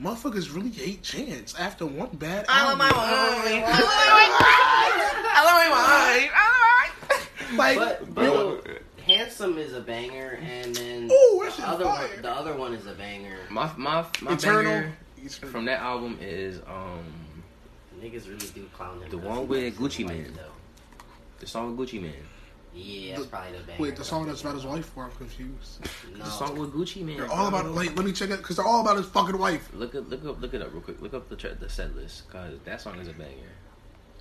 Motherfuckers really hate Chance after one bad. album.
[laughs]
Like,
But
Bro.
Bill, Handsome is a banger, and then
Ooh, that shit
the other
fire.
one, the other one is a banger.
My my my
Eternal.
banger
Eternal.
from that album is um
Niggas really do clown him.
The
That's
one with
Handsom's
Gucci
wife,
Mane.
though.
the song with Gucci Man.
Yeah, that's
The-
probably the banger.
Wait, the song that's about his wife? Or I'm confused.
No.
The song with Gucci Man.
They're all about it. Like, let me check it because they're all about his fucking wife.
Look up, look up, look it up real quick. Look up the tra- the set list because that song is a banger.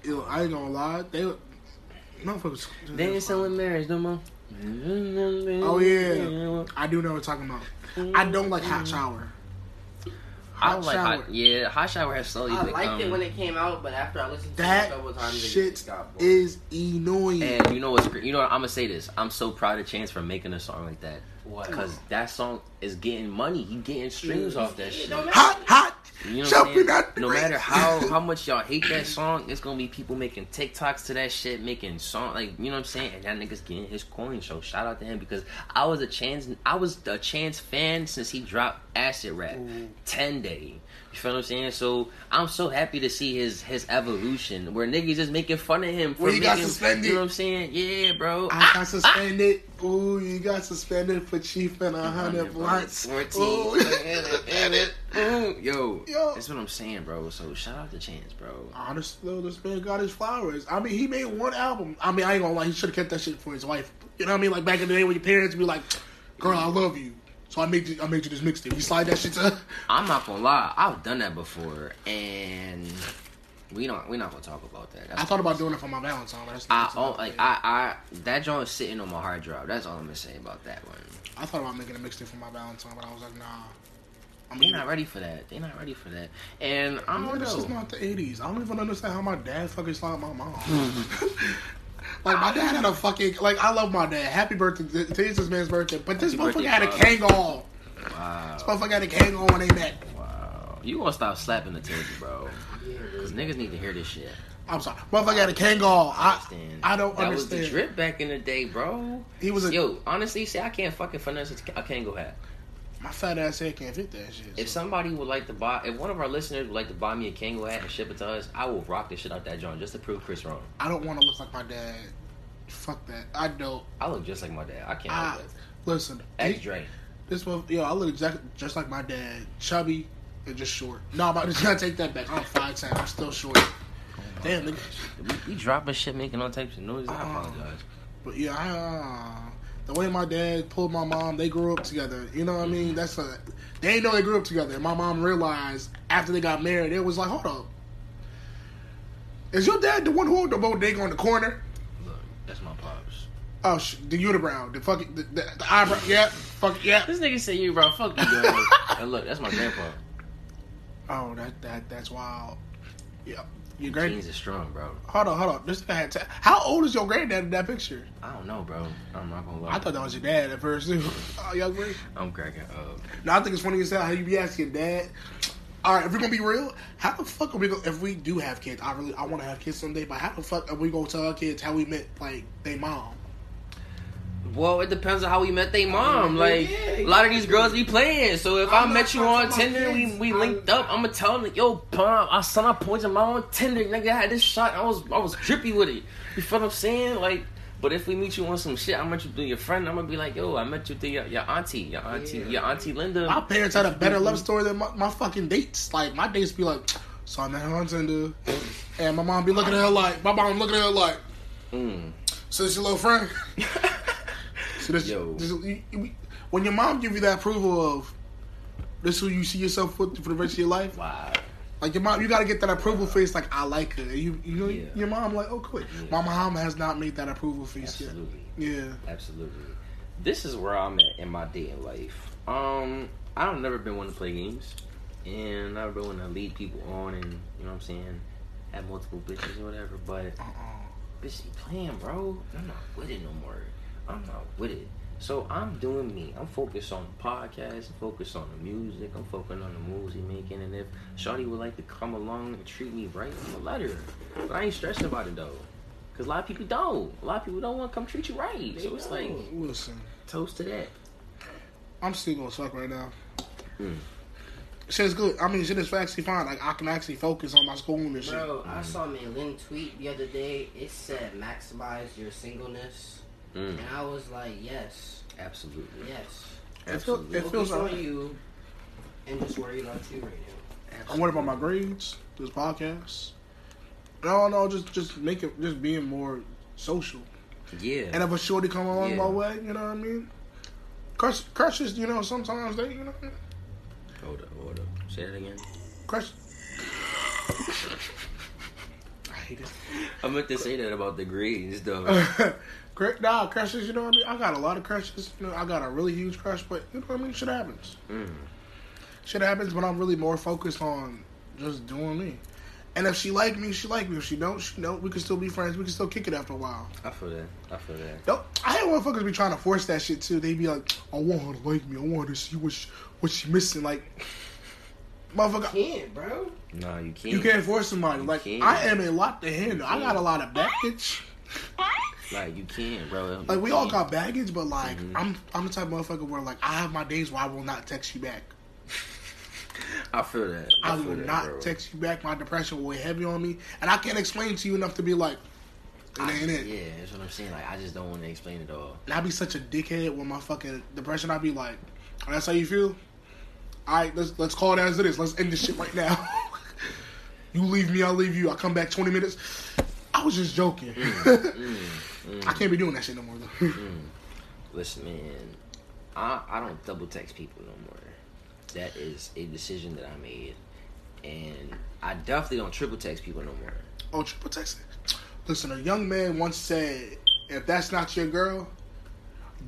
Yo, I ain't gonna lie. They motherfuckers.
They ain't selling marriage no more.
Oh, yeah. I do know what you're talking about. I don't like hot shower.
I
Hot
like
shower.
hot, yeah. Hot shower has slowly
I
become.
liked it when it came out, but after I listened to it a
That
couple times, it
shit
got boring.
is annoying.
and you know what's cra- you know what, I'm gonna say this. I'm so proud of Chance for making a song like that
What?
because that song is getting money. He getting streams off that
Mm. It
shit.
don't matter.
hot, hot.
You know what I'm
Jumping
saying?
out the
No
rain.
matter how how much y'all hate that song, it's gonna be people making TikToks to that shit, making song like you know what I'm saying. And that nigga's getting his coin. So shout out to him because I was a chance I was a chance fan since he dropped Acid Rap ten day. You feel what I'm saying? So I'm so happy to see his his evolution where niggas is making fun of him for
Where he got
making-
suspended.
You know what I'm saying? Yeah, bro.
I got suspended. Ooh, you got suspended for chiefing a hundred blunts. Ooh. [laughs]
Ooh, Mm, Yo,
Yo.
that's what I'm saying, bro. So shout out to Chance, bro.
Honestly, though, this man got his flowers. I mean, he made one album. I mean, I ain't gonna lie, he should have kept that shit for his wife. You know what I mean? Like back in the day, when your parents be like, "Girl, I love you," so I made you, I made you this mixtape. You slide that shit to.
I'm not gonna lie, I've done that before, and we don't. We're not gonna talk about that. That's
I thought about doing it for my Valentine. But that's
I
that's
oh,
not-
like I I that joint's sitting on my hard drive. That's all I'm gonna say about that one.
I thought about making a mixtape for my Valentine, but I was like, nah. I
They're not ready for that. They're not ready for that. And I
Like,
don't
this is
know.
not the 80s. I don't even understand how my dad fucking slapped my mom.
Mm-hmm.
[laughs] like, my dad had a fucking. Like, I love my dad. Happy birthday. Today's this man's birthday. But this
Happy
motherfucker
birthday,
had a
Bob.
Kangol. This
Wow,
motherfucker had a Kangol when they met.
wow. You gonna stop slapping the table, bro? Cause niggas need to hear this shit.
I'm sorry. Motherfucker had a Kangol. I,
Understand?
I don't
that
understand.
was the drip back in the day, bro.
He was a-
yo. Honestly, see, I can't fucking finesse a Kango hat.
My fat ass head can't fit that shit.
If
so-
somebody would like to buy, if one of our listeners would like to buy me a Kango hat and ship it to us, I will rock the shit out that joint just to prove Chris wrong.
I don't want to look like my dad. Fuck that. I don't.
I look just like my dad. I can't
I,
help it.
listen.
Ex
he-
Dre.
This one, yo, I look exactly just like my dad, chubby and just short. No, but I'm just gonna [laughs] take that back. I'm five ten. I'm still short. Damn, nigga.
We, we dropping shit, making all types of Ah. noise. I
Uh-uh.
apologize.
But yeah, I, uh, the way my dad pulled my mom, they grew up together. You know what I mean? That's a. They didn't know they grew up together. And my mom realized after they got married, it was like, hold up. Is your dad the one who owned the bodega on the corner?
Look, that's my pops.
Oh, sh- the unibrow, the fucking, the, the, the eyebrow. Yeah, fuck yeah.
This nigga said you, bro. Fuck you, bro. [laughs] and look, that's my grandpa.
Oh, that that that's wild. Yeah, your
Great.
grand.
Jeans is strong, bro.
Hold on, hold on. This guy had. ta- How old is your granddad in that picture?
I don't know, bro. I'm not gonna lie.
I thought that was your dad at first too. [laughs] Oh, young man.
I'm cracking up.
No, I think it's funny as hell how you be asking dad. All right, if we're gonna be real, how the fuck are we gonna if we do have kids? I really I want to have kids someday, but how the fuck are we gonna tell our kids how we met like they mom?
Well, it depends on how we met they mom.
Oh, Yeah,
Like
exactly.
a lot of these girls be playing. So if i
I'm not
met you
talking
on
about
Tinder, we,
kids.
we
I'm-
linked up. I'ma tell them, yo, pump. I son, I pointed my own Tinder, nigga. I had this shot. I was I was drippy with it. You feel what I'm saying? Like, but if we meet you on some shit, I met you through your friend. I'm gonna be like, yo, I met you through your, your auntie, your auntie,
Yeah.
your auntie Linda.
My parents had a better love story than my, my fucking dates. Like my dates be like, so I met her on Tinder, and my mom be looking at her like, my mom looking at her like,
Mm.
so this your
[laughs]
little friend. So this,
Yo.
this- you- you- when your mom give you that approval of this who you see yourself with for the rest of your life,
Wow.
like your mom, you gotta get that approval face. Like I like her. You, you know,
Yeah.
your mom like, oh, quit.
Yeah.
My mom has not made that approval face yet.
Absolutely.
Yeah,
Absolutely. This is where I'm at in my dating life. Um, I've never been one to play games, and I've been one to lead people on, and you know what I'm saying, have multiple bitches or whatever. But
uh, uh
bitch, you playing, bro? I'm not with it no more. I'm not with it. So I'm doing me. I'm focused on the podcast, I'm focused on the music, I'm focused on the moves he making, and if Shawty would like to come along and treat me right, I'm gonna let her. But I ain't stressed about it though. Cause a lot of people don't. A lot of people don't want to come treat you right. so it's like
listen,
toast to that.
I'm still gonna suck right now.
Mm.
Shit's good. I mean, shit is actually fine. Like I can actually focus on my school and shit.
Bro,
um,
I saw Maylin tweet the other day. It said maximize your singleness,
Mm.
and I was like, yes,
Absolutely.
yes.
It feel-
Absolutely.
it feel- feels
Focus on
alright.
you, and just worry about you right now.
I'm worried about my grades, this podcast. No, no, just just make it, just being more social.
Yeah.
And if a shorty come along
Yeah.
my way, you know what I mean? Crush, crushes, you know, sometimes they, you know,
hold up, hold up. Say that again.
crush. I hate Uh.
I meant to say that about the grades though.
it. [laughs] Cr- Nah, crushes. You know what I mean. I got a lot of crushes. You know, I got a really huge crush, but you know what I mean. Shit happens.
Mm.
Shit happens. But I'm really more focused on just doing me. And if she like me, she like me. If she don't, she don't. We can still be friends. We can still kick it after a while.
I feel that. I feel that.
Nope. I hate when fuckers be trying to force that shit too. They be like, I want her to like me. I want her to see what she, what she missing. Like, motherfucker,
Can't, bro.
No, you can't.
you can't force somebody.
You
Like,
can't.
I am a lot to handle. I got a lot
[laughs]
of baggage.
Like you can't, bro.
Like,
You
we all
can't.
got baggage, but like,
Mhm.
I'm I'm the type of motherfucker where like I have my days where I will not text you back.
I feel that.
I
feel
will
that,
not
bro.
text you back. My depression will weigh heavy on me, and I can't explain to you enough to be like, it
I-
ain't it.
Yeah, that's what I'm saying. Like, I just don't want to explain it all.
And I'd be such a dickhead with my fucking depression. I'd be like, oh, that's how you feel? Alright, let's let's call it as it is. Let's end this shit right now. [laughs] you leave me, I'll leave you. I come back twenty minutes. I was just joking. [laughs]
Mm, mm.
I can't be doing that shit no more though.
Listen, man, I I don't double text people no more. That is a decision that I made, and I definitely don't triple text people no more.
oh, triple texting. Listen, a young man once said, if that's not your girl,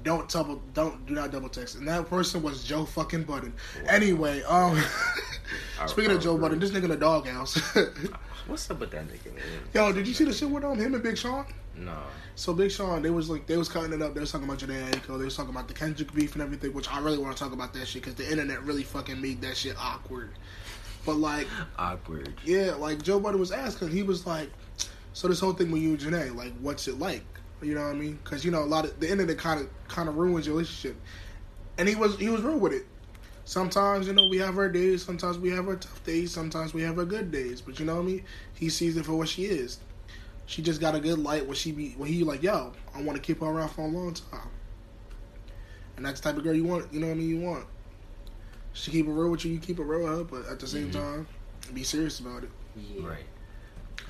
don't double don't do not double text. And that person was Joe fucking Budden. Anyway, um
I-
[laughs] Speaking
I
of Joe
agree.
Budden, this nigga in the doghouse. [laughs]
What's up with that nigga, man?
Yo, did you see the shit with um, him and Big Sean?
Nah.
So Big Sean, they was like they was cutting it up. They was talking about Janae Aiko. They was talking about the Kendrick beef and everything, which I really want to talk about that shit because the internet really fucking made that shit awkward. But like,
Awkward.
yeah, like Joe Budden was asking, he was like, so this whole thing with you and Janae, like, what's it like? You know what I mean? Because you know a lot of the internet kind of kind of ruins your relationship. And he was he was real with it. Sometimes you know we have our days. Sometimes we have our tough days. Sometimes we have our good days. But you know what I mean? He sees it for what she is. She just got a good light when she be when he like yo, I want to keep her around for a long time. And that's the type of girl you want. You know what I mean? You want. She keep it real with you. You keep it real with her. But at the same
Mhm.
time, be serious about it.
Yeah.
Right.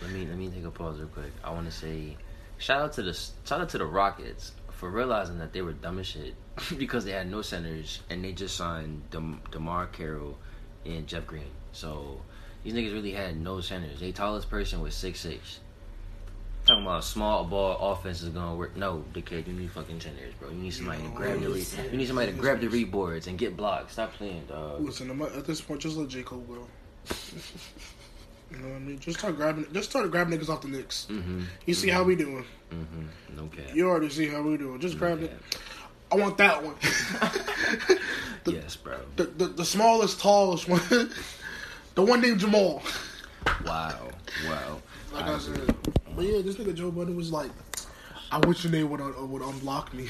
Let me let me take a pause real quick. I want to say, shout out to the shout out to the Rockets for realizing that they were dumb as shit [laughs] because they had no centers and they just signed Dem- Demar Carroll and Jeff Green. So these niggas really had no centers. They tallest person was six six. Talking about small ball offense is gonna work. No, dickhead, you need fucking centers, bro. You need somebody to grab the re- you need somebody to grab the reboards and get blocks. Stop playing, dog.
Listen, I'm- at this point, just let J Cole go. You know what I mean? Just start grabbing, just start grabbing niggas off the Knicks.
Mhm.
You see how we doing?
Mhm. No cap.
You already see how we doing. Just
No
grab it.
cap.
I want that one. [laughs] the,
Yes, bro.
the, the the smallest, tallest one. [laughs] the one named Jamal.
Wow. Wow.
Like I, said. But yeah, this nigga Joe Budden was like, I wish your name would un- would unblock me.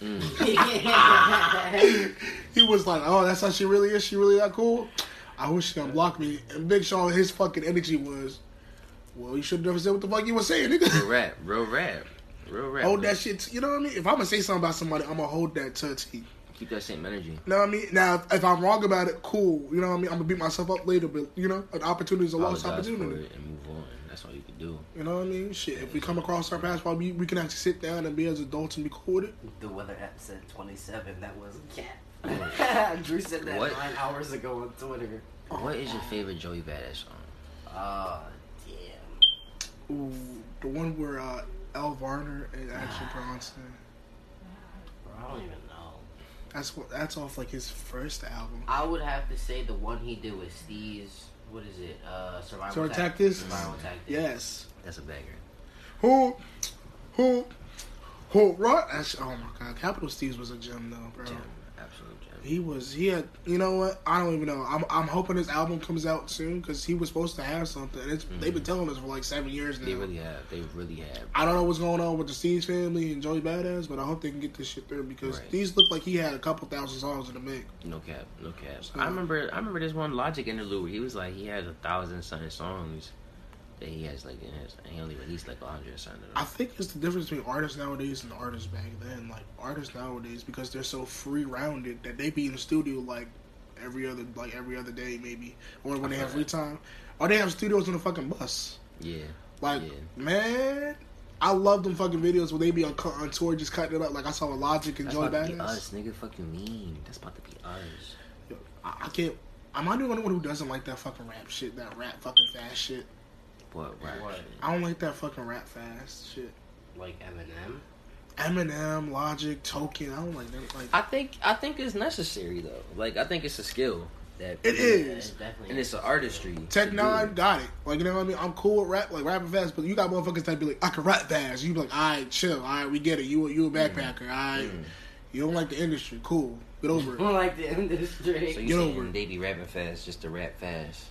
[laughs]
[laughs]
[laughs]
he was like, Oh, that's how she really is. She really that cool. I wish she unblocked me. And Big Sean, his fucking energy was, Well, you should have never said what the fuck you was saying,
Real
nigga.
rap, real rap, real rap.
hold that shit. To, you know what I mean? If I'm gonna say something about somebody, I'm gonna hold that to a T.
Keep that same energy.
You know what I mean? Now, if, if I'm wrong about it, cool. You know what I mean? I'm gonna beat myself up later, but you know, an opportunity is a lost
Apologize
opportunity.
for it and move on. That's all you can do.
You know what I mean? Shit, if we come across our past, while we, we can actually sit down and be as adults and be cool with it.
The weather app said 27. That
[laughs]
was cat. Drew said that
What?
nine hours ago on Twitter.
What is your favorite Joey Badass song?
Oh, damn.
Ooh, the one where uh, L. Varner and Action Bronson.
Bro, I don't even know.
That's what. That's off like his first album.
I would have to say the one he did with Steve's. What is it? Uh, survival
Survival
Tac-
Tactics?
Survival tactics.
Yes.
That's a banger.
Who? Who? Who? Right? That's, oh my God! Capital Steve's was a gem though, bro.
Gem, absolute gem.
He was. He had. You know what? I don't even know. I'm. I'm hoping his album comes out soon because he was supposed to have something. It's, They've been telling us for like seven years now.
They really have. They really have.
I don't know what's going on with the Steve's family and Joey Badass, but I hope they can get this shit through because
Right.
these look like he had a couple thousand songs in the mix.
No cap. No cap. I remember. I remember this one Logic interlude. Where he was like, he has a thousand something songs that he has like in his. And he only released like a hundred something.
I think it's the difference between artists nowadays and artists back then. Like artists nowadays, because they're so free rounded that they be in the studio like every other like every other day maybe, or when they have free time, or they have studios on the fucking bus.
Yeah.
Like
Yeah.
man, I love them fucking videos where they be on, on tour just cutting it up. Like I saw Logic and
That's
Joey
about to be
Badass.
us, nigga. Fuck you mean. That's about to be us.
I, I can't. I'm not the only one who doesn't like that fucking rap shit, that rap fucking fast shit.
What? Right.
What?
I don't like that fucking rap fast shit.
Like Eminem.
Eminem, Logic, Token. I don't like that. Like
I think I think it's necessary though. Like I think it's a skill that
it is.
definitely.
and it's an artistry.
Tech
to do.
Nine got it. Like you know what I mean? I'm cool with rap, like rapping fast, but you got motherfuckers that be like, I can rap fast. You be like, all right, chill, all right, we get it. You a- you a
Mm-hmm.
backpacker, all right. You don't like the industry, cool. Get over it.
[laughs] More like the industry.
So you
Get
saying
over it.
they be rapping fast just to rap fast?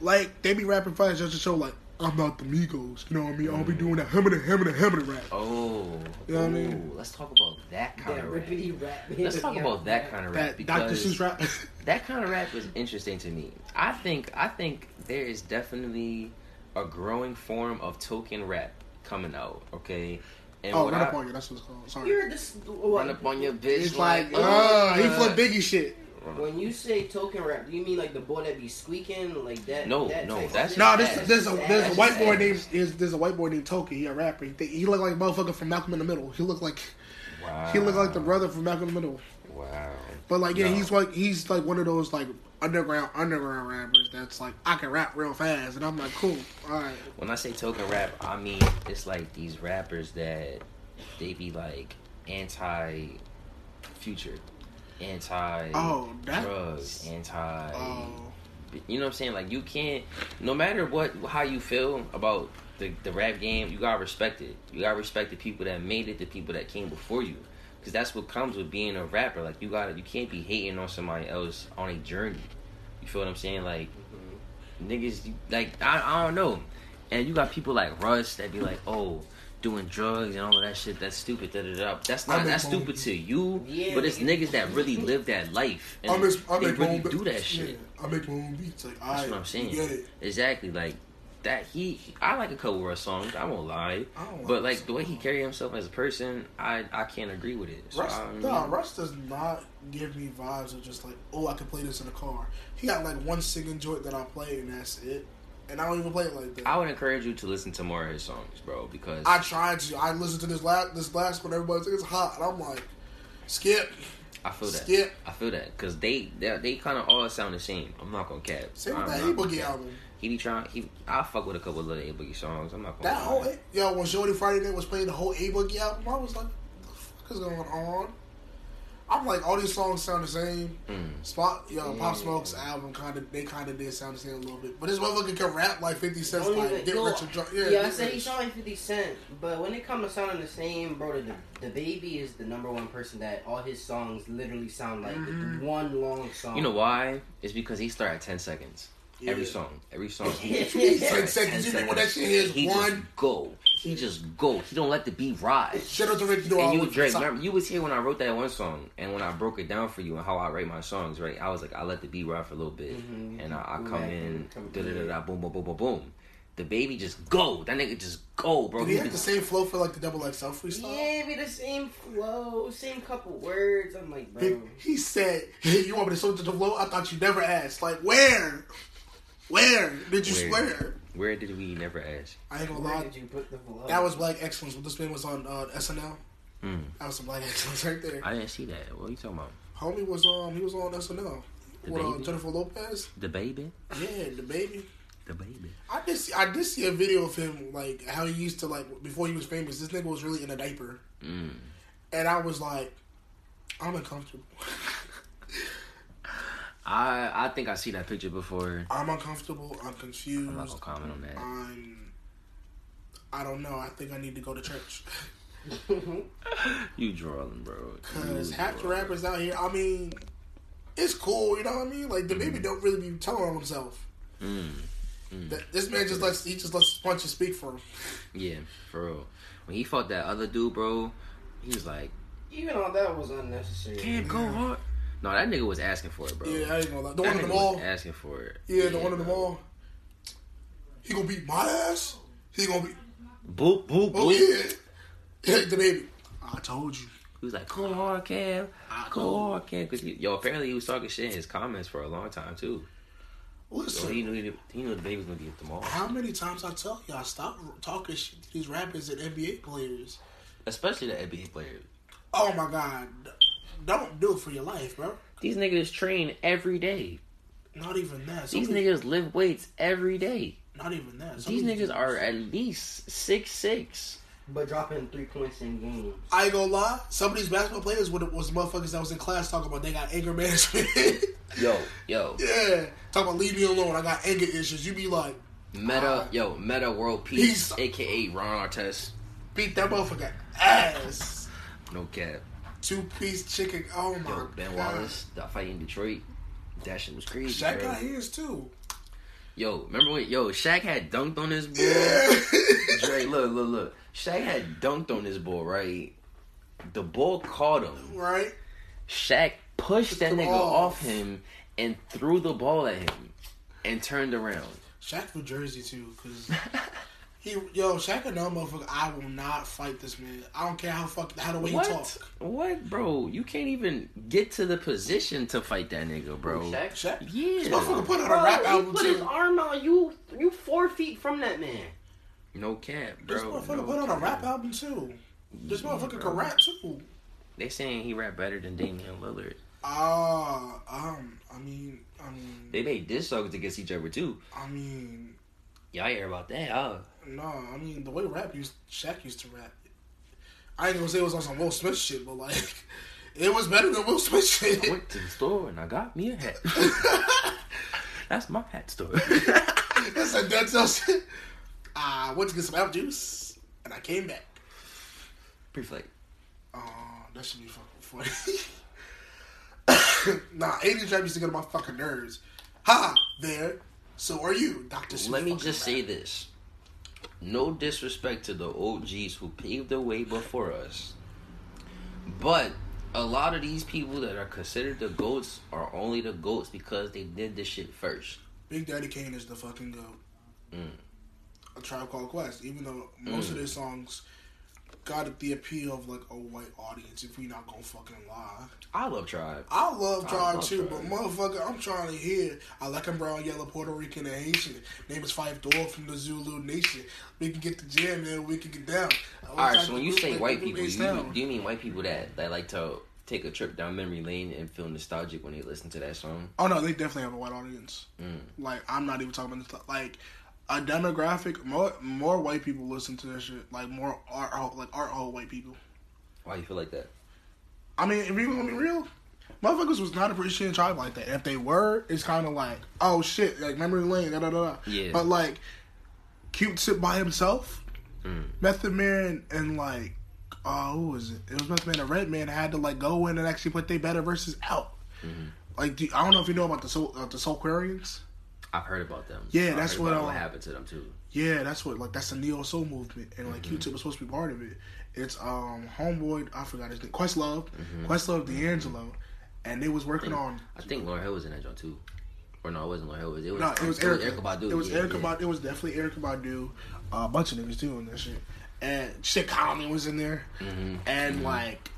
like they be rapping fast just to show like I'm not the Migos. You know what I mean? I'll be
Mm-hmm.
doing that hemming and hemming and hemming rap.
Oh,
You know what I
ooh,
mean?
Let's talk about that kind
that
of rap.
rippity rap.
Let's talk about that kind of rap
That Dr.
because
Seuss rap.
that kind of rap is interesting to me. I think I think there is definitely a growing form of token rap coming out. Okay, and
oh,
what
run
I-
up on you. That's what it's called. Sorry.
You're this.
run
What,
up on your bitch
it's like,
oh,
uh, he
uh,
flipped Biggie shit.
when you say token rap, do you mean like the boy that be squeaking like that?
No,
that
no,
type of
that's-
shit?
No, this
ass.
there's a there's a
That's
white boy
ass.
named there's, there's a white boy named Toki. He a rapper. He, think, he look like a motherfucker from Malcolm in the Middle. He look like
Wow.
he look like the brother from Malcolm in the Middle.
Wow.
But like yeah,
No.
he's like he's like one of those like underground underground rappers that's like I can rap real fast, and I'm like cool. All right,
When I say token rap, I mean it's like these rappers that they be like anti future, anti
Oh, that's-
drugs, anti.
oh
You know what I'm saying? Like you can't. No matter what, how you feel about the the rap game, you gotta respect it. You gotta respect the people that made it, the people that came before you, because that's what comes with being a rapper. Like you gotta, you can't be hating on somebody else on a journey. You feel what I'm saying? Like niggas like I, I don't know. And you got people like Russ that be like, oh, doing drugs and all of that shit. That's stupid. Da da da. That's
I'm
not
in
that's
Bone
stupid to you.
Yeah,
but it's
nigga.
niggas that really live that life. And they really do that shit.
I make my own beats. Like
That's what I'm saying. Exactly. Like that. He. I like a couple of Russ songs. I won't lie.
I don't like
But
Russ
like the way he
songs.
carry himself as a person, I I can't agree with it. So,
Russ,
I mean,
nah, Russ does not give me vibes of just like, oh, I can play this in the car. He got like one singing joint that I play, and that's it. And I don't even play it like that.
I
I,
would encourage you to listen to more of his songs, bro. Because
tried to. I listened to this last this last one. Everybody's like, it's hot, and I'm like, skip.
I feel that.
Skip.
I feel that because they they, they kind of all sound the same. I'm not gonna cap.
Same
I'm
with that
not
A
gonna
Boogie
cap.
album.
He be trying. He I fuck with a couple of little A Boogie songs. I'm not gonna.
That
lie.
whole yo, when Jody Friday Night was playing the whole A Boogie album, I was like, what the fuck is going on? I'm like, all these songs sound the same.
Mm.
Spot, yo,
Yeah.
Pop Smoke's album kind of they kind of did sound the same a little bit, but this motherfucker can rap like Fifty Cent,
Don't
like
even-
get
yo,
rich or drunk. Yeah,
Yeah, I
get
said he
rich.
sound like 50 Cent, but when it comes to sounding the same, bro, the, the baby is the number one person that all his songs literally sound like
Mhm.
one long song.
You know why? It's because he started at ten seconds.
Yeah.
Every song. Every
[laughs]
song.
He said
Alright,
seconds.
10
You know what that shit is?
He
One.
just go. He just go. He don't let the beat rise.
Shout out to Ricky Dore.
And you,
with
Drake,
Sa-
remember, you was here when I wrote that one song, and when I broke it down for you and how I write my songs, right? I was like, I let the beat ride for a little bit,
Mm-hmm.
Mhm.
and I, I
Go
come
back
in,
and come
da da da
in.
da, boom, boom, boom, boom, boom. The baby just go. That nigga just go, bro.
Did he
He
have the
just-
same flow for like the double XL freestyle?
Yeah, be the same flow, same couple words. I'm like,
He,
bro.
he said, hey, "You want me to switch to the flow?" I thought you never asked. Like where? Where did you
Where?
swear?
Where did we never ask?
I ain't gonna
Where
lie.
did you put the flow?
That was Black Excellence. When this man was on uh, SNL,
Mm.
that was some Black [laughs] Excellence right there.
I didn't see that. What are you talking about?
Homie was um he was on SNL.
The
With uh,
baby?
Jennifer Lopez,
The baby?
yeah, the baby.
The baby.
I did see, I did see a video of him like how he used to like before he was famous. This nigga was really in a diaper,
Mm.
and I was like, I'm uncomfortable. [laughs]
I I think I see that picture before.
I'm uncomfortable. I'm confused.
I'm
I'm.
not gonna comment on that.
I don't know. I think I need to go to church. [laughs]
You drawing, bro.
Cause
You
half the
drawing.
rappers out here, I mean, it's cool. You know what I mean? Like the
Mm-hmm.
baby don't really be telling on himself.
Mm. Mm.
Th- This man just lets he just lets his punches speak for him.
Yeah, for real. When he fought that other dude, bro, he was like,
[laughs] Even all that was unnecessary.
"Can't go hard." No, that nigga was asking for it, bro.
Yeah, I ain't gonna lie. The
that
one in
nigga
the
was
mall.
asking for it.
Yeah, the one in the
bro.
mall. He gonna beat my ass. He gonna be.
Boop boop boop.
Oh yeah. yeah, the baby. I told you.
He was like, "Go hard, Cam.
Ah,
Go hard, Cam." Because yo, apparently he was talking shit in his comments for a long time too. So he
Listen.
knew he, he knew the baby was gonna be at the mall,
How many times I tell y'all stop r- talking shit to these rappers and NBA players?
especially the NBA players.
Oh my god, don't do it for your life, bro.
These niggas train every day.
Not even that. Some
These
of
niggas lift weights every day.
Not even that. Some
These
of
niggas are at least six six.
But dropping three points in games.
I ain't gonna lie. Some of these basketball players were- was motherfuckers that was in class talking about they got anger [laughs] management.
Yo, yo,
yeah, talking about leave me alone. I got anger issues. You be like,
meta, yo, meta world peace,
Peace.
aka Ron Artest.
beat that motherfucker ass.
No cap.
Two piece chicken. Oh my
Yo, Ben
god.
Wallace, that fight in Detroit. That shit was crazy.
Shaq
bro.
got his too.
Yo, remember when yo Shaq had dunked on this ball? [laughs] Dre, look, look, look. Shaq had dunked on this ball, right? The ball caught him.
right?
Shaq pushed that
Threw
nigga
off.
off him and threw the ball at him and turned around.
Shaq from Jersey too, cause he yo Shaq another motherfucker. I will not fight this man. I don't care how fuck how the way he
What?
talk.
What, bro? You can't even get to the position to fight that nigga, bro.
Shaq?
Shaq, this
Yeah.
motherfucker put out
Bro,
a rap
he
album
put his
too.
arm out. You you four feet from that man.
No cap, bro.
This motherfucker
no
put out a
cap.
rap album too. This
Yeah,
motherfucker
bro.
can rap too.
They saying he rap better than Damian Lillard.
Ah, um, I mean, I mean,
They made diss songs against each other too.
I mean,
Y'all hear about that, huh?
no, I mean the way rap used Shaq used to rap. I ain't gonna say it was on some Will Smith shit, but like, [laughs] it was better than Will Smith
I
shit.
went to the store and I got me a hat. That's my hat store.
That's a dead cell shit. [laughs] I went to get some apple juice and I came back.
Brief like,
Oh, that should be fucking funny. [laughs] nah, 80s rap used to get on my fucking nerves. Ha! There. So are you, Dr. Seuss
let me
fucking
just
rap.
say this. No disrespect to the OGs who paved the way before us. But a lot of these people that are considered the GOATs are only the GOATs because they did this shit first.
Big Daddy Kane is the fucking goat.
Mm.
A Tribe Called Quest, even though most of their songs got the appeal of like a white audience, if we not gonna fucking lie.
I love Tribe.
I love
I
Tribe
love
too,
Tribe.
but motherfucker, I'm trying to hear. I like him brown, yellow, Puerto Rican, and Haitian. Name is Five Door from the Zulu Nation. We can get the jam, man. We can get down.
All right, so when you say white people, you mean, do you mean white people that, that like to take a trip down memory lane and feel nostalgic when they listen to that song?
Oh no, they definitely have a white audience.
Mm.
Like I'm not even talking about this. Like a demographic, more more white people listen to that shit. Like more art, hall- like art hall white people.
Why you feel like that?
I mean, if you want to be real, motherfuckers was not appreciating Tribe like that. If they were, it's kind of like, oh shit, like memory lane, da da da. da.
Yeah.
But like, Cute Tip by himself,
Mm.
Method Man, and like, uh, who was it? It was Method Man and Red Man had to like go in and actually put their better verses out.
Mm-hmm.
Like, do, I don't know if you know about the soul, uh, the Soulquarians.
I've heard about them.
Yeah,
I've
that's
heard
what,
about
um,
what happened to them too.
Yeah, that's what like that's the neo soul movement, and like
Mm-hmm.
Q-Tip was supposed to be part of it. It's um homeboy, I forgot his name, Questlove,
Mm-hmm.
Questlove D'Angelo, and they was working on
I think Lauren Hill was in that joint too. Or no, it wasn't Lauren Hill. It was,
No, it was Erica.
Badu.
It was
yeah,
Erica
yeah.
Badu. It was definitely Erica Badu. Uh, a bunch of niggas doing that shit, and shit. Common was in there,
Mm-hmm.
and like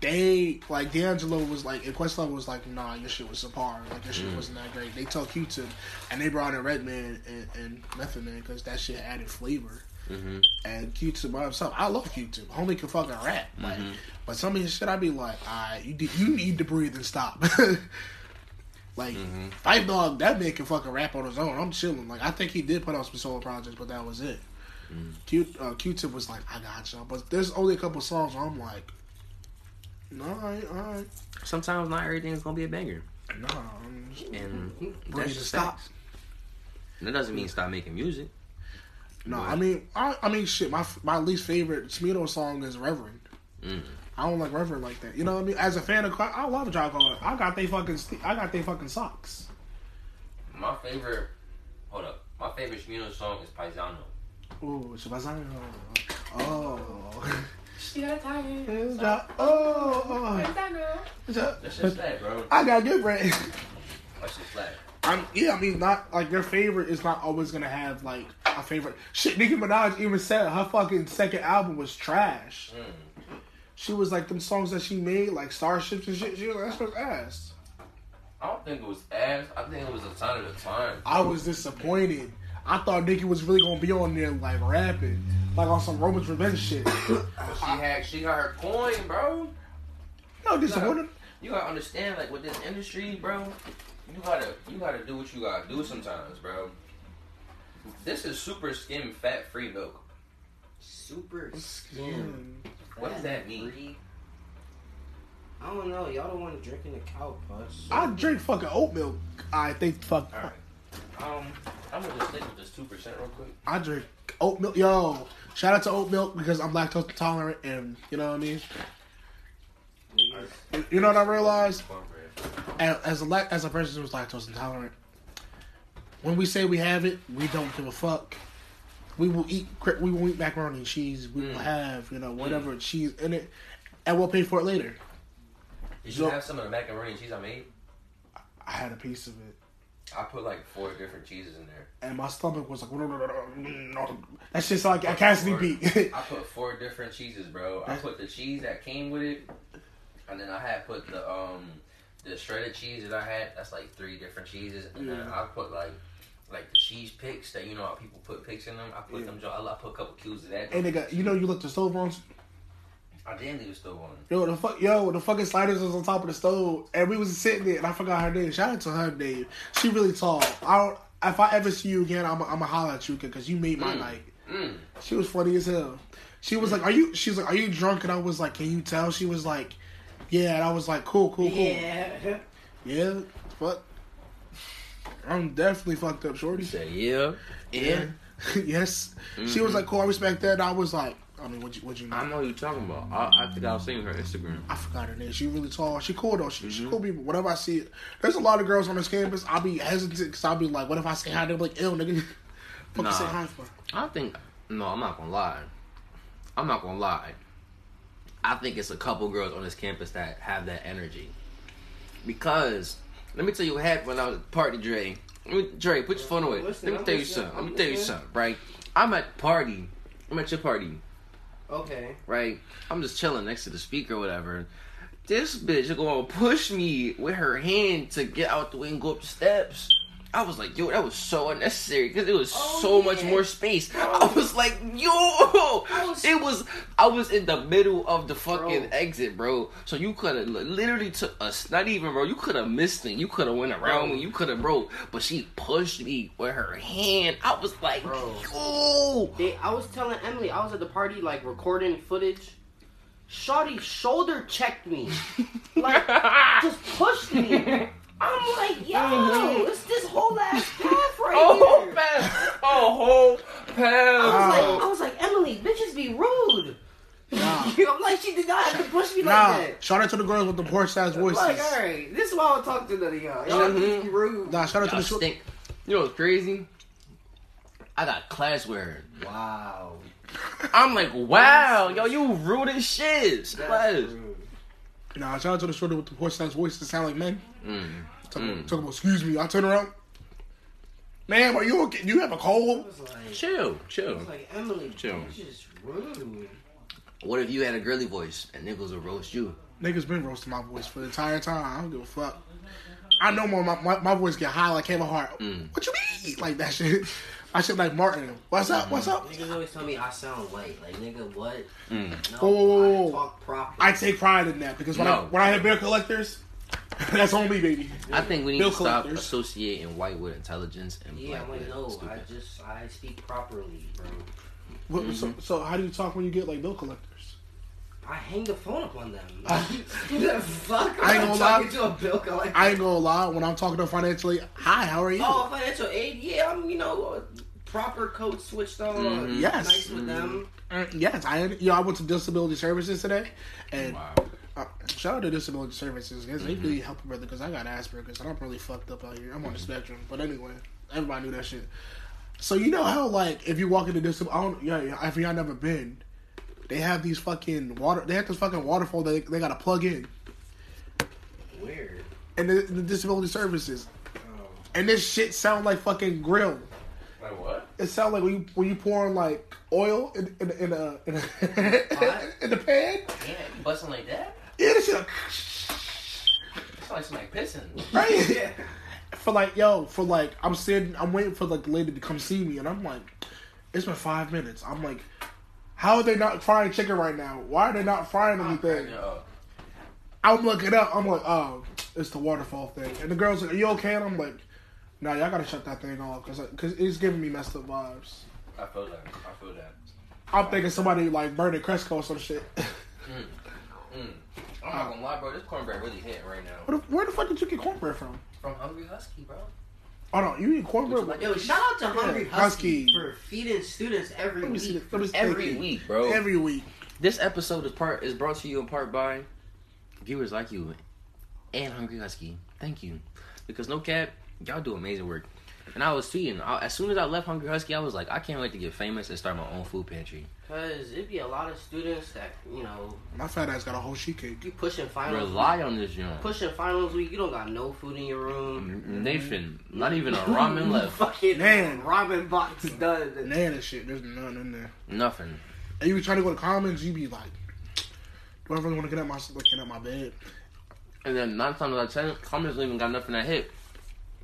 they like D'Angelo was like, and Questlove was like, nah, your shit was subpar. Like your shit
Mm.
wasn't that great. They told Q-Tip, and they brought in Redman and, and Method Man because that shit added flavor.
Mhm.
And Q-Tip by himself, I love Q-Tip. Homie can fucking rap, like,
Mm-hmm.
but some of his shit, I be like, all right, you did, you need to breathe and stop. [laughs] Like Five Dog, that man can fucking rap on his own. I'm chilling. Like I think he did put out some solo projects, but that was it. Q uh, Q-Tip was like, I got y'all, but there's only a couple songs where I'm like, all right, all right,
Sometimes not everything's gonna be a banger,
nah, I'm just-
and
Bro,
that's
you
just
stop.
stop. That doesn't mean stop making music.
no. I mean, I, I mean, shit. My my least favorite Smino song is Reverend.
Mm.
I don't like Reverend like that. You know what I mean? As a fan of, Cro- I love John Connor. I got they fucking, st- I got they fucking socks.
My favorite, hold up, my favorite Shmino song is Paisano.
Ooh, Shabazz. Oh.
She got tired.
It's not- oh, oh. It's a-
flat, bro.
I got good bread.
That's just flat.
I'm yeah, I mean not like their favorite is not always gonna have like a favorite. Shit, Nicki Minaj even said her fucking second album was trash.
Mm.
She was like them songs that she made, like Starships and shit. She was like, that's what's ass.
I don't think it was ass. I think it was a sign of the time.
I was disappointed. I thought Nicki was really gonna be on there like rapping, like on some Roman's Revenge [coughs] shit.
She had, she got her coin, bro.
no, disappointed.
You gotta understand, like with this industry, bro. You gotta you gotta do what you gotta do sometimes, bro. This is super skim fat free milk.
Super skin.
Skin.
What does that mean?
Free. I don't know. Y'all don't want to drink in the cow punch.
I drink fucking oat milk. I think fuck.
All right. Um, I'm gonna just stick with this two percent real quick.
I drink oat milk. Yo, shout out to oat milk because I'm lactose intolerant, and you know what I mean.
Niggas,
You know what I realized
Cornbread.
as as a lac- as a person who's lactose intolerant. When we say we have it, we don't give a fuck. We will eat cri- we will eat macaroni and cheese. We will
Mm.
have you know whatever cheese in it, and we'll pay for it later.
Did
Yo-
you have some of the macaroni and cheese I made?
I had a piece of it,
I put like four different cheeses in there.
and my stomach was like [laughs] that shit's like a Cassidy
Four-
beat. [laughs]
I put four different cheeses, bro. I put the cheese that came with it, and then I had put the um the shredded cheese that I had. That's like three different cheeses, and then
Yeah.
I put like like the cheese picks that you know how people put picks in them. I put
Yeah.
them. jo- I put a couple cubes of that.
Hey nigga, you know you looked the stove on.
I didn't leave the stove on.
Yo, the fuck, yo, the fucking sliders was on top of the stove, and we was sitting there, and I forgot her name. Shout out to her name. She really tall. I don't. If I ever see you again, I'm I'm gonna holler at you because you made my
Mm.
night.
Mm.
She was funny as hell. She was like, "Are you?" She was like, "Are you drunk?" And I was like, "Can you tell?" She was like, "Yeah." And I was like, "Cool, cool, cool." Yeah,
Yeah.
fuck. I'm definitely fucked up, shorty.
said yeah,
Yeah. [laughs] Mm-hmm. yes. She was like, "Cool, I respect that." And I was like, "I mean, what you what you?"
I know who you're talking about. I, I think I was seeing her Instagram.
I forgot her name. She really tall. She cool though. She, she
Mm-hmm.
cool people. Whenever I see it, there's a lot of girls on this campus. I'll be hesitant because I'll be like, what if I say hi? They're like, ill nigga. [laughs] Fuck
Nah.
you say hi
[laughs]
for?
I think no, I'm not gonna lie. I'm not gonna lie. I think it's a couple girls on this campus that have that energy. Because let me tell you what happened when I was at party, Dre. Let me- Dre, put your phone away.
I'm listening,
let me
I'm
tell you
listening,
something.
I'm
Let me tell you
listening.
something, right? I'm at party. I'm at your party,
[laughs] Okay.
right? I'm just chilling next to the speaker or whatever. This bitch is gonna push me with her hand to get out the way and go up the steps. I was like, yo, that was so unnecessary because it was
Oh,
so much
yeah.
more space. I was like, yo,
was-
it was. I was in the middle of the fucking
Bro.
exit, bro. So you could have literally took us. Not even, bro. You could have missed me. You could have went around
Bro.
me. You could have, bro. But she pushed me with her hand. I was like,
Bro.
yo,
They, I was telling Emily, I was at the party, like, recording footage. Shawty shoulder
[laughs]
checked me. Like, [laughs] just pushed me. I'm like, yo, it's this whole ass path right
Oh,
here.
man. Oh, whole
I
pound.
was like, I was like, Emily, bitches be rude.
Nah.
I'm like, she did not have to push me like
Nah,
that.
shout out to the girls with the porch ass voices.
Like, all right, this is why I don't talk to none of y'all. Y'all
Mhm.
be rude.
Nah, shout out to
Y'all
the short.
stink. You know what's crazy? I got class wearing.
Wow.
I'm like, wow, yo, you rude as shit. Class.
Nah, shout out to the shorty with the porch ass voices that sound like men.
Mm.
Talk,
Mm.
talk about, excuse me. I turn around. Ma'am, are you okay? Do you have a cold?
Chill,
I
chill.
was like, Emily,
Chill.
she's just rude.
What if you had a girly voice and niggas would roast you?
Niggas been roasting my voice for the entire time. I don't give a fuck. I know more. My, my, my voice get high like Kevin Hart.
Mm.
What you mean? Like that shit. [laughs] I shit like Martin. What's up? What's up?
Niggas always tell me I sound white. Like, nigga, what? No,
Whoa, whoa, whoa, whoa.
I talk proper.
I take pride in that because when I
No.
when I hit bill collectors, [laughs] that's on me, baby.
I think we need
Bill
to stop
collectors.
associating white with intelligence and
yeah,
black
I'm like,
with
no, I
stupid.
just, I speak properly, bro.
What,
Mm-hmm.
so, so how do you talk when you get like bill collectors?
I hang the phone
[laughs]
up on them.
Uh,
Who the fuck
I
I
ain't gonna
am talking
lie.
to a bill collector?
I ain't gonna lie. When I'm talking to financially, hi, how are you?
oh, financial aid? Yeah, I'm, you know, uh, proper code switched on.
Mhm.
Yes.
Nice with them.
Mm, Yes, I yo, I went to disability services today, and
Wow.
uh, shout out to disability services because they really help a brother because I got Asperger's and I'm really fucked up out here. I'm on the spectrum, but anyway, everybody knew that shit. So you know how like if you walk into disability, I don't, yeah, yeah, if y'all never been, they have these fucking water. They have this fucking waterfall that they, they gotta plug in, Mm-hmm.
Weird.
and the, the disability services,
Oh.
and this shit sound like fucking grill.
Like what?
It sound like when you when you pouring like oil in in in, a, [laughs] in, a,
Pot?
in the pan.
Yeah, you busting like that?
Yeah, this shit.
It's like somebody pissing.
Right?
Yeah.
[laughs] For like, yo, for like, I'm sitting, I'm waiting for like the lady to come see me, and I'm like, it's been five minutes. I'm like, how are they not frying chicken right now? Why are they not frying anything? I'm looking up. I'm like, oh, it's the waterfall thing. And the girl's like, are you okay? And I'm like, nah, uh, y'all gotta shut that thing off because cause it's giving me messed up vibes.
I feel that. I feel that.
I'm thinking somebody like Bernie Cresco or some shit. [laughs]
Mm. I'm not gonna lie, bro. This cornbread really hit right now.
Where the, where the fuck did you get cornbread from?
From Hungry Husky, bro.
Oh no, you eat cornbread.
Which one?
Yo, shout out to Hungry
Yeah,
Husky,
Husky.
for feeding students every
Let me see
week.
this. Let me see
Every
thank you.
week, bro.
Every week.
This episode is part is brought to you in part by viewers like you and Hungry Husky. Thank you, because no cap, y'all do amazing work. And I was tweeting I, as soon as I left Hungry Husky, I was like, I can't wait to get famous and start my own food pantry.
Because it'd be a lot of students that, you know,
My fat ass got a whole sheet cake.
you pushing finals.
Rely on this joint.
Pushing finals week, you don't got no food in your room.
Mm-hmm.
Nathan, Mm-hmm. not
[laughs]
even a ramen
[laughs]
left.
Fucking
Man.
ramen box done.
Nan and shit. There's none in there.
Nothing.
And you be trying to go to commons, you be like, do I really want to get up my like, get up my bed?
And then nine times out of ten, comments don't even got nothing that hit.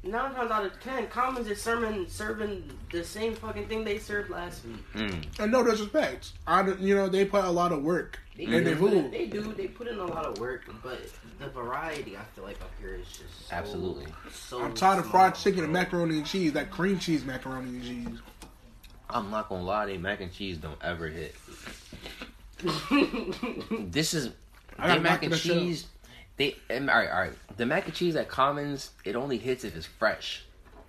Nine times out of ten, Commons is serving, serving the same fucking thing they served last week.
Mm.
And no disrespect, I don't- you know they put a lot of work.
They,
And they
put in,
who?
they do. They put in a lot of work, but the variety I feel like up here is just so,
Oh.
Absolutely.
Oh, So
I'm tired of fried
small,
chicken and
bro. [laughs]
macaroni and cheese, that cream cheese macaroni and cheese.
I'm not gonna lie, they mac and cheese don't ever hit. This is
I
they
gotta
mac
knock
and
this shit up.
cheese. They and, all right, all right. The mac and cheese at Commons, it only hits if it's fresh.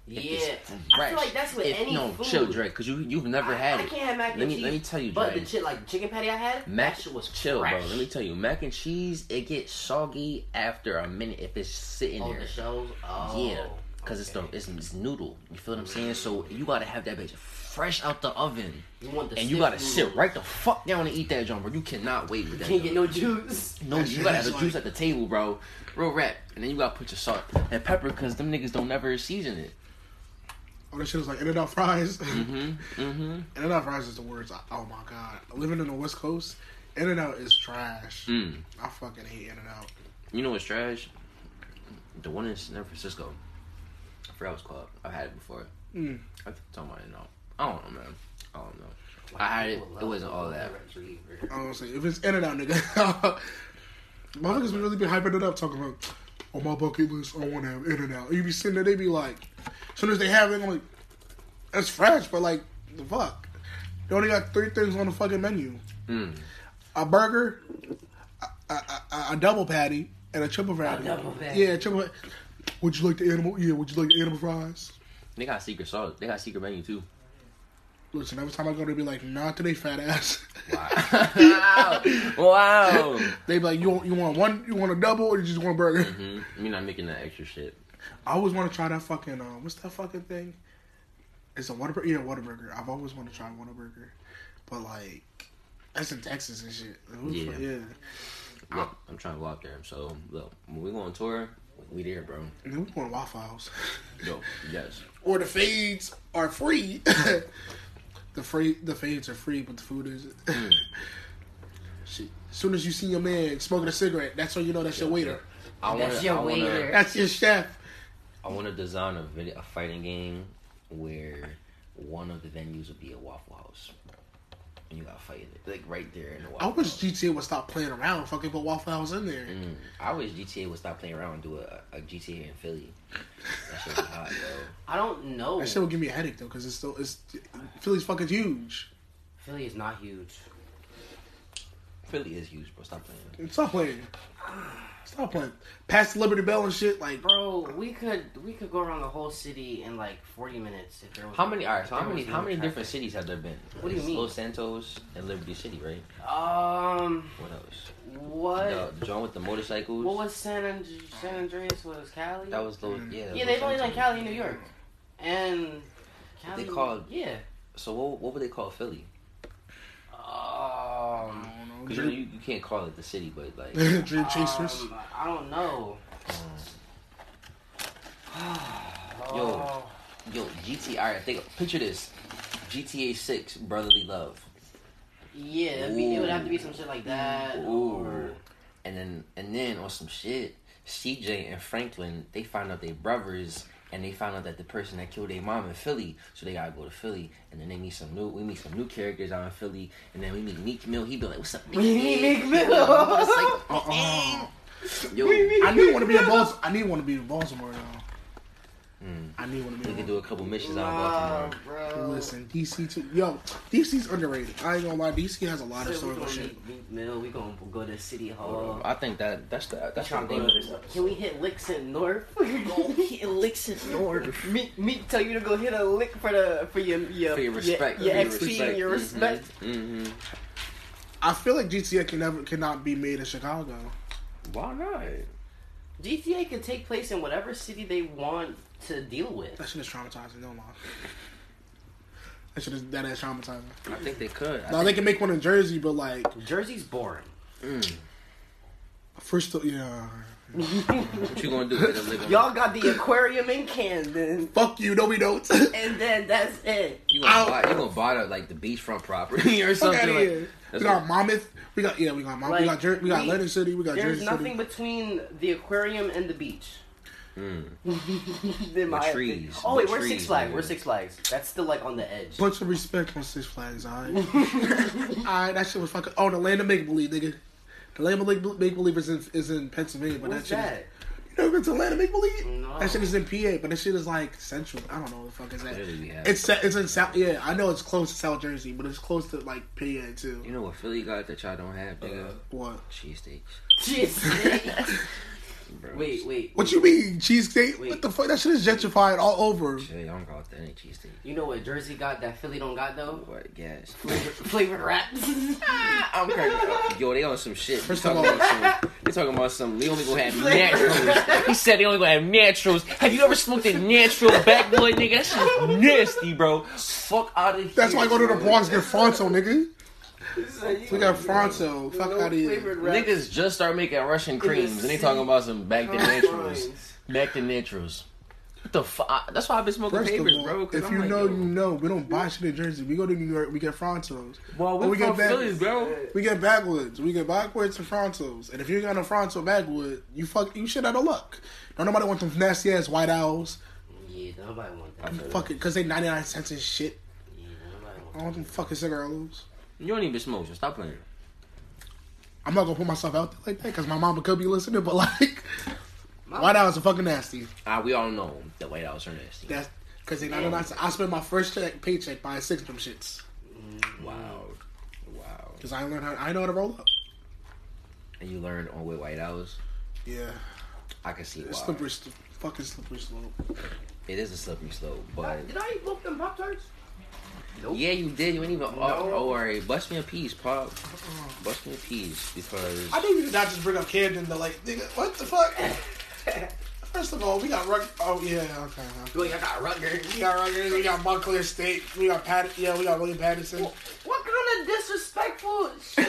If
yeah,
it's
I feel like that's with
If-
any
no,
food.
chill, Drake, because you you've never
I,
had
I
it.
can't have mac and
Let me
cheese.
let me tell you,
But the
Drake.
shit, like chicken patty I had,
Mac
that shit was
chill,
fresh.
bro. Let me tell you, mac and cheese it gets soggy after a minute if it's sitting
Oh,
there.
the shells. Oh,
Yeah, Cause it's the
okay.
it's, it's noodle. You feel what I'm saying? So you gotta have that bitch fresh out the oven,
You want the
and you
stiff
gotta
noodle.
sit right the fuck down and eat that jump, bro. You cannot wait with that.
Can't get
junk.
no juice.
no, you gotta have the juice at the table, bro. Real rap, and then you gotta put your salt and pepper, cause them niggas don't never season it.
Oh, that shit was like In and Out fries. [laughs]
Mm-hmm. Mm-hmm.
In and Out fries is the worst. I- oh my god, living in the West Coast, In and Out is trash.
Mm.
I fucking hate In and Out.
You know what's trash? The one in San Francisco. I forgot what it's called. I've had it before.
Mm.
I think somebody know. I don't know, man. I don't know. I had it. It wasn't all that.
I don't say if it's In and Out, nigga. [laughs] Motherfuckers be really be hyping it up, talking about on my bucket list, I want to have In and Out. You be sitting there, they be like, as soon as they have it, I'm like, that's fresh, but like, the fuck, they only got three things on the fucking menu:
Mm.
a burger, a, a, a, a double patty, and a triple patty.
double patty.
Yeah, triple. Would you like the animal? Yeah, would you like the animal fries?
They got secret sauce. They got secret menu too.
Listen, every time I go, they be like, "Not today, fat ass." [laughs]
[laughs] Wow. wow.
they be like, "You want you want one? You want a double, or you just want a burger?"
hmm You're not making that extra shit.
I always want to try that fucking uh, what's that fucking thing? It's a Whataburger. Yeah, Whataburger. I've always wanted to try Whataburger, but like that's in Texas and shit. Like, who the
Yeah.
fuck- yeah.
Look, I'm trying to go out there. So look, when we go on tour, we there, bro.
And then we want Waffle House,
Yo, yes.
[laughs] or the fades are free. [laughs] the free the fades are free, but the food is. [laughs] shit. As soon as you see your man smoking a cigarette, that's when you know that's your waiter.
I
That's
wanna-
your
I wanna-
waiter.
That's your chef.
I want to design a video, a fighting game where one of the venues would be a Waffle House, and you gotta fight it like right there in the
I
Waffle.
wish
House.
GTA would stop playing around, and fucking put Waffle House in there.
Mm, I wish GTA would stop playing around and do a, a GTA in Philly. That shit would be hot, bro.
I don't know.
That shit would give me a headache though, because it's still it's Philly's fucking huge.
Philly is not huge.
Philly is huge, bro. Stop playing.
Stop playing. Stop playing. Past the Liberty Bell and shit, like bro,
Bro, we could we could go around the whole city in like forty minutes if there was
How many? All right.
if
So how
there
many?
was no
How many
traffic.
different cities have there been?
What do you
It's
mean?
Los Santos and Liberty City, right?
Um,
What else?
what?
The, the joint with the motorcycles.
What was San and- San Andreas? Was Cali?
that? Was Los, yeah.
yeah,
Los
they've only done
Santos.
Cali, and New York, and Cali,
called-
yeah.
So what? What would they call Philly?
Um,
I don't know.
Because you, know,
Dream,
you you can't call it the city, but like.
[laughs] dream chasers.
um, I
[sighs]
don't know.
Yo. Yo, GTA. All right, think. Picture this: GTA Six, brotherly love,
Yeah, it'd be, it would have to be some shit like that.
Ooh.
Or,
and then and then on some shit, CJ and Franklin they find out they brothers, and they find out that the person that killed their mom in Philly, so they gotta go to Philly, and then they meet some new. We meet some new characters out in Philly, and then we meet Meek Mill. He be like, "What's up, Meek [laughs]
Meek [laughs] Mill."
It's like,
Uh-uh.
yo,
[laughs]
I need want to be in Baltimore. I need want to be in Baltimore now.
Mm.
I need one of
We could
them.
do a couple missions out
Nah,
of
bro.
Listen, DC too. Yo, DC's underrated. I ain't gonna lie. DC has a lot of
So we
story
gonna
shit.
meet meet Mill. We gonna go to City Hall.
Baltimore. I think that that's the that's the
Tryna
thing
go
with
to-
this
Can
episode.
we hit licks in North?
[laughs]
[laughs] go hit licks in North. Me, me tell you to go hit a lick for the for your your
For your respect,
your,
for your
your XP
respect.
and your
Mhm.
respect.
hmm
I feel like GTA can never cannot be made in Chicago.
Why not?
GTA can take place in whatever city they want to deal with.
That shit is traumatizing. No lie. That shit is that is traumatizing.
I think they could. I
Now
think,
they can make one in Jersey, but like
Jersey's boring.
mm.
first, of- yeah.
What you gonna do? Hit a lick on-
Y'all got the aquarium in Camden,
Fuck you. No, we don't. [laughs]
and then that's it.
You gonna
Ow.
buy you gonna buy the, like the beachfront property [laughs] or
Fuck
something
outta
like.
here. We
That's
got
what-
Monmouth. We got yeah. We got Monmouth. we
Like,
got Jer- we got
we-
Leonard City. We got
There's
Jersey
nothing
City.
between the aquarium and the beach. [laughs]
Mm.
in my
trees,
opinion. Oh wait,
the
we're
trees,
Six Flags.
man.
We're Six Flags. That's still like on the edge.
Bunch of respect on Six Flags.
[laughs]
All right. all right. That shit was fucking. Oh, the land of make believe, nigga. The land of make make believe is in, is in Pennsylvania, but
What's
that shit. Is,
that?
you never been to land of make believe?
No.
That shit is in PA, but that shit is like central. I don't know what the fuck is that.
Clearly we have-
It's sa- it's in South. Yeah, I know it's close to South Jersey, but it's close to like PA
You
too.
know what Philly got that y'all don't have, nigga?
What?
Cheesesteaks.
[laughs] Jeez.
bro.
[laughs] wait, wait.
What you mean cheesecake?
Wait.
What the fuck? That shit is gentrified all over.
Shit, y'all don't got any cheesesteak.
You know what Jersey got that Philly don't got though?
What gas?
Flavored wraps. [laughs]
I'm crazy. Yo, they on some shit.
First
They
of
talking
all-
about some, they talking about some. They only gonna have naturals. He said they only gonna have naturals. Have you ever smoked a natural backwood, nigga? That shit's nasty, bro. Fuck out of here.
That's why I go to the Bronx and get Fronto, nigga. We
we
got Fronto. Fuck out of here.
Niggas just start making Russian creams, and they talking about some back to naturals. Back to naturals. What the fuck? That's why I've been smoking
First of
papers,
all,
bro. 'cause
if
I'm
you
like,
know,
yo,
you know. We don't buy shit in Jersey. We go to New York, we get Frontos.
well,
Oh, we
we
got
from
back-
Philly, bro.
We get backwoods. We get backwoods and Frontos. And if you got a Fronto backwood, you fuck, you shit out of luck. Don't nobody want them nasty ass white owls.
Yeah, nobody want that.
I'm fucking, cause they 99 cents and shit.
Yeah, nobody
I
want
don't want them fucking cigarillos.
You don't even smoke, so stop playing.
I'm not gonna put myself out there like that, cause my mama could be listening, but [laughs] like,
that.
white owls are fucking nasty.
Ah, we all know the White House are nasty.
That's, cause they 99 cents. I spent my first check, paycheck buying six of them shits.
Wow. Wow.
Cause I learned how, I know how to roll up.
And you learned on with White House.
Yeah.
I can see why.
It's slippery, sl- fucking slippery slope.
It is a slippery slope, but
Did I eat both them Pop Tarts? Nope.
yeah, you did. You ain't even. Oh,
No.
oh, all right. Bust me a piece, pop. Bust me a piece
[laughs]
because [laughs]
I think we did not just bring up Camden to like, nigga, what the fuck? [laughs] First of all, we got Rug. Oh yeah, okay. okay.
Wait, I got Rutgers.
We got Rutgers. We got Montclair State. We got Pat. Yeah, we got William Patterson.
What kind of disrespectful shit?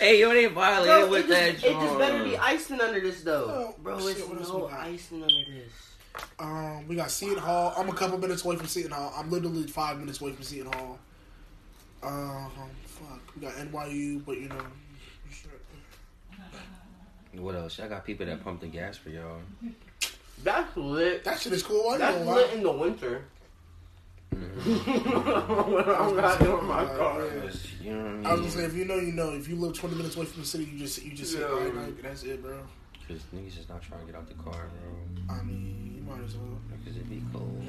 hey, yo, they
Bro,
violated
it,
with
just,
that.
it just better be
joint.
icing under this though.
Oh,
Bro,
shit,
it's
what else
no
we got?
icing under this.
Um, we got Seton Hall. I'm a couple minutes away from Seton Hall. I'm literally five minutes away from Seton Hall. Um, fuck. We got NYU, but you know, shit.
What else? I got people that pump the gas for y'all.
That's lit.
that shit is cool. I
That's
ain't gonna
lit
lie.
in the winter. when [laughs] I'm not doing my
Uh,
car.
yeah.
You know what
I
I
was
mean?
gonna say, if you know, you know. If you live 20 minutes away from the city, you just you just sit
Yeah.
right like, That's it, bro.
Because niggas just not trying to get out the car, bro.
I mean, you might as well.
Because it be cold.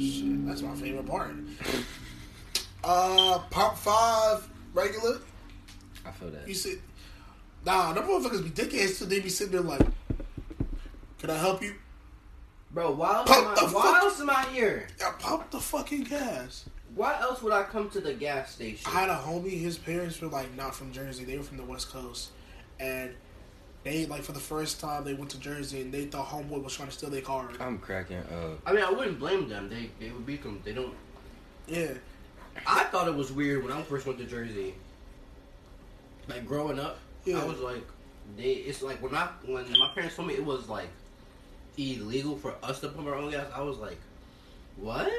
Shit, that's my favorite part. Uh, pop five regular.
I feel that.
You sit. Nah, them motherfuckers be dickheads too. They be sitting there like, "Can I help you?"
Bro, why else,
Pop
am I,
the
why
fuck-
else am I here?
Yeah, pump the fucking gas.
Why else would I come to the gas station?
I had a homie. His parents were like not from Jersey. They were from the West Coast, and they like for the first time they went to Jersey and they thought homeboy was trying to steal their car.
I'm cracking up.
I mean, I wouldn't blame them. They they would beat them. They don't.
Yeah,
I thought it was weird when I first went to Jersey. Like growing up,
Yeah.
I was like, they. It's like when I when my parents told me it was like illegal for us to pump our own gas. I was like, what?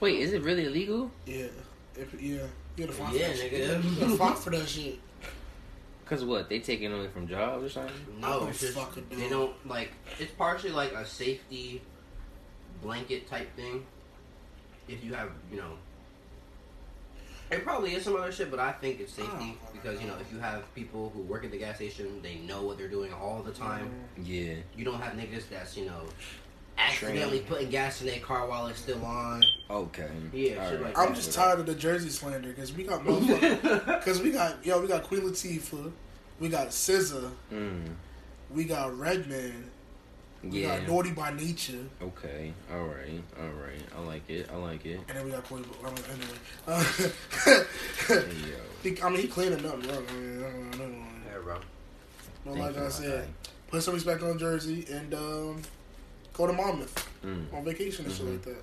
Wait, is it really illegal?
yeah, if, yeah. You gotta fight
Yeah,
for that
nigga.
shit. You gotta fight for that shit.
Cause what? They taking away from jobs or something?
I
No,
don't
it's just
fucking know.
they don't like. It's partially like a safety blanket type thing. If you have, you know, It probably is some other shit, but I think it's safety
Oh.
because you know if you have people who work at the gas station, they know what they're doing all the time.
Yeah.
You don't have niggas that's you know accidentally
Trained.
putting gas in their car while it's still [laughs] on.
Okay.
Yeah, shit
Alright.
like that.
I'm just tired of the Jersey slander because we got [laughs] motherfuckers.
Oh,
Because we got yo, we got Queen Latifah, we got SZA,
Mm,
we got Redman, we
yeah.
got Naughty by Nature,
Okay. All right. All right. I like it. I like it.
and then we got Corey. Bo- I mean, anyway, uh, [laughs]
Hey, yo.
he- I mean he cleaning up, bro. I mean, I don't know, I don't know.
Yeah, bro.
But
Thank
like
you,
I
my
said,
guy.
put some respect on Jersey and um, go to Monmouth
Mm.
on vacation and shit
Mhm.
like that.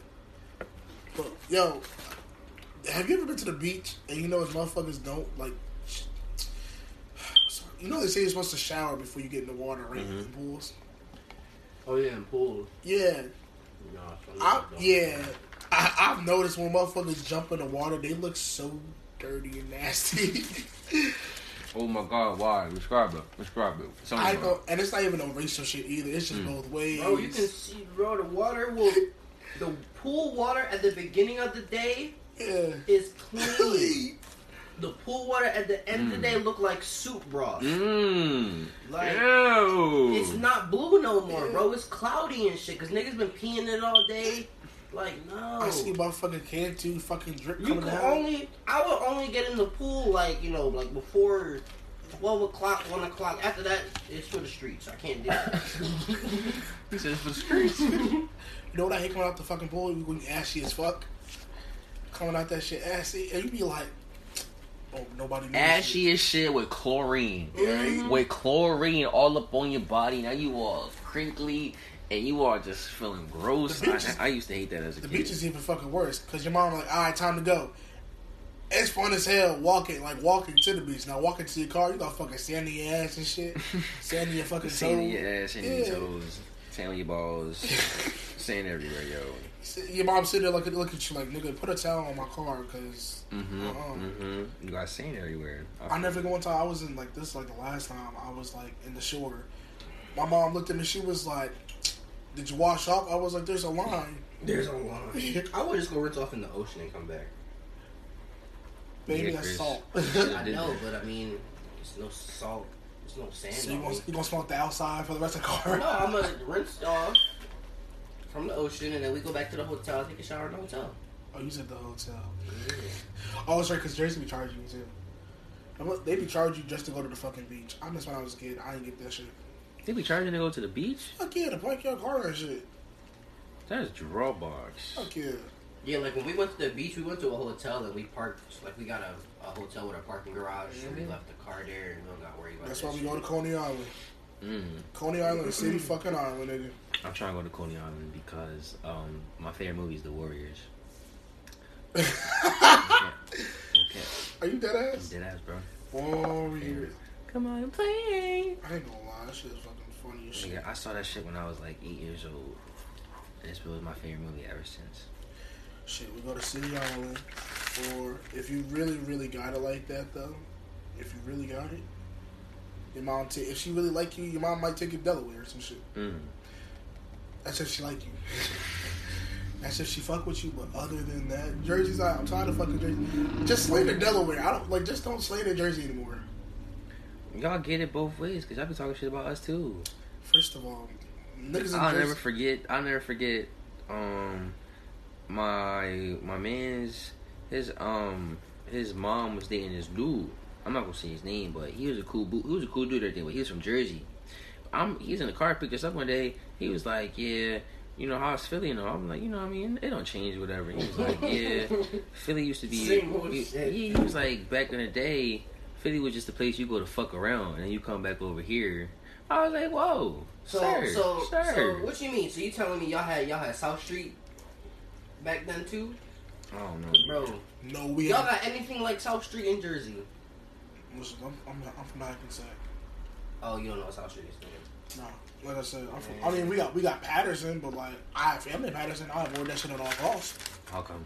But yo, have you ever been to the beach and you know as motherfuckers don't like? [sighs] sh- You know they say you're supposed to shower before you get in the water, right?
Mhm.
In pools.
Oh yeah, and pool.
Yeah,
No, I'm
I,
not going.
yeah. I, I've noticed when motherfuckers jump in the water, they look so dirty and nasty. [laughs]
Oh my God! Why? Describe it. Describe it. Something
I
about
don't, and it's not even no racial shit either. It's just both ways.
Bro, you can see, bro, the water will. The pool water at the beginning of the day
yeah.
is [laughs] clean. the pool water at the end of the
Mm.
day look like soup broth.
it. Mmm.
Like,
Ew.
it's not blue no more, bro. It's cloudy and shit, because niggas been peeing it all day. Like, no.
I see motherfucking can too fucking drip
Oh. You
coming
could
out.
only, I would only get in the pool, like, you know, like before 12 o'clock, 1 o'clock. After that, it's for the streets. I can't
[laughs]
do it.
This is for the streets.
You know what I hate coming out the fucking pool? You when you ashy as fuck. Coming out that shit assy, and you be like, oh nobody. knew this shit.
Ashy as shit with chlorine.
Yeah.
With chlorine all up on your body. Now you all crinkly and you are just feeling gross.
The beach
I,
is-
I used to hate that as a
The
kid.
beach is even fucking worse because your mom like, all right, time to go. It's fun as hell walking, like walking to the beach. Now walking to your car, you got fucking sand in your ass
[laughs]
and shit, sand in your fucking
Sand in
toe.
your ass, sand in your
Yeah.
toes, sand on your
[laughs]
balls, sand everywhere, yo.
Your mom sitting there like look at you like, nigga, put a towel on my car because
Mm-hmm.
Uh-uh.
Mm-hmm. You got sand everywhere.
I never go until I was in like this like the last time I was like in the shower. My mom looked at me. She was like, "Did you wash up?" I was like, [laughs] "There's a line,
There's a line. I would just go rinse off in the ocean and come back.
baby.
Yeah,
that's
Chris.
salt." [laughs]
Yeah,
[laughs] I
did
know,
that.
but I mean, there's no salt, there's no sand.
so you
on
gonna,
me.
you gonna smoke the outside for the rest of the car?
[laughs] No, I'm gonna rinse off from the ocean, and then we go back to the hotel, take a shower in the hotel.
Oh, you said the hotel. Oh, that's right, because Jersey be charging you too. I'm like, They be charging you just to go to the fucking beach. I miss when I was a kid. I didn't get that shit.
They be charging to go to the beach?
Fuck yeah, to park your car and shit.
That is drawbox.
Fuck yeah.
Yeah, like when we went to the beach, we went to a hotel and we parked. Like we got a, a hotel with a parking garage, and we
Mhm.
left the car there, and we don't got worried about.
Mm-hmm. That's
that
why we
shit.
go to Coney Island.
Mm.
Coney Island, is city fucking island, nigga.
I'm trying to go to Coney Island because um, my favorite movie is The Warriors. Okay. okay.
[laughs] Are you dead ass?
Dead ass, bro.
Warriors.
Come on and play.
I ain't gonna lie, that shit is fucking funny as shit.
Nigga, I saw that shit when I was like eight years old. And It's been my favorite movie ever since.
Shit, we go to City Island, or if you really, really got it like that though, if you really got it, your mom ta- if she really like you, your mom might take you to Delaware or some shit.
Mm.
That's if she like you. [laughs] That's if she fuck with you. But other than that, Jersey's out. I'm tired of fucking Jersey. Just slander Delaware. I don't like. Just don't slander Jersey anymore.
Y'all get it both ways because y'all be talking shit about us too.
First of all, niggas in
I'll
Jersey.
never forget. I'll never forget. Um, my my man's his um his mom was dating this dude. I'm not gonna say his name, but he was a cool boo- he was a cool dude that day. But he was from Jersey. I'm he's in the car picked us up one day. He was like, yeah. You know how's Philly and all? I'm like, you know, what I mean, it don't change, whatever. He was
[laughs]
like, yeah, Philly used to be.
Same old
he-
shit.
Yeah, he was like back in the day, Philly was just a place you go to fuck around, and then you come back over here. I was like, whoa,
[laughs] So,
sir,
so,
sir.
so, what you mean? So you telling me y'all had y'all had South Street back then too,
I don't know,
bro?
No, we.
Y'all
Have,
got anything like South Street in Jersey?
listen, I'm, I'm, I'm from Hackensack.
Oh, you don't know what South Street is. nigga.
No, like I said, I'm from, I mean, we got we got Patterson, but like I have family in Patterson. I avoid that shit at all costs.
How come?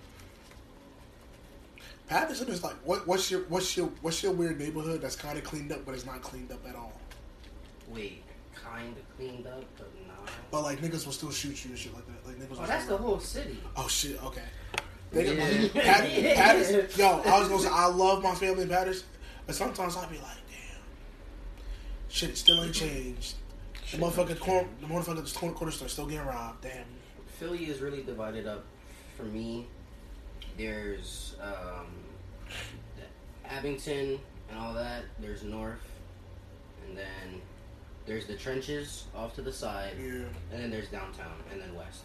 Patterson is like what? What's your what's your what's your weird neighborhood that's kind of cleaned up, but it's not cleaned up at all.
Wait, kind of cleaned up, but not.
But like niggas will still shoot you and shit like that. Like niggas.
Oh,
will
that's the
still-
whole city.
Oh shit. Okay. They got
Yeah.
my, Pat, Patterson. Yo, I was gonna say I love my family in Patterson, but sometimes I'll be like, damn, shit it still ain't changed. The motherfucking corn, the motherfucking corner, corner store still getting robbed. Damn.
Philly is really divided up. For me, there's um, Abington and all that. There's North, and then there's the trenches off to the side,
Yeah,
and then there's downtown, and then West,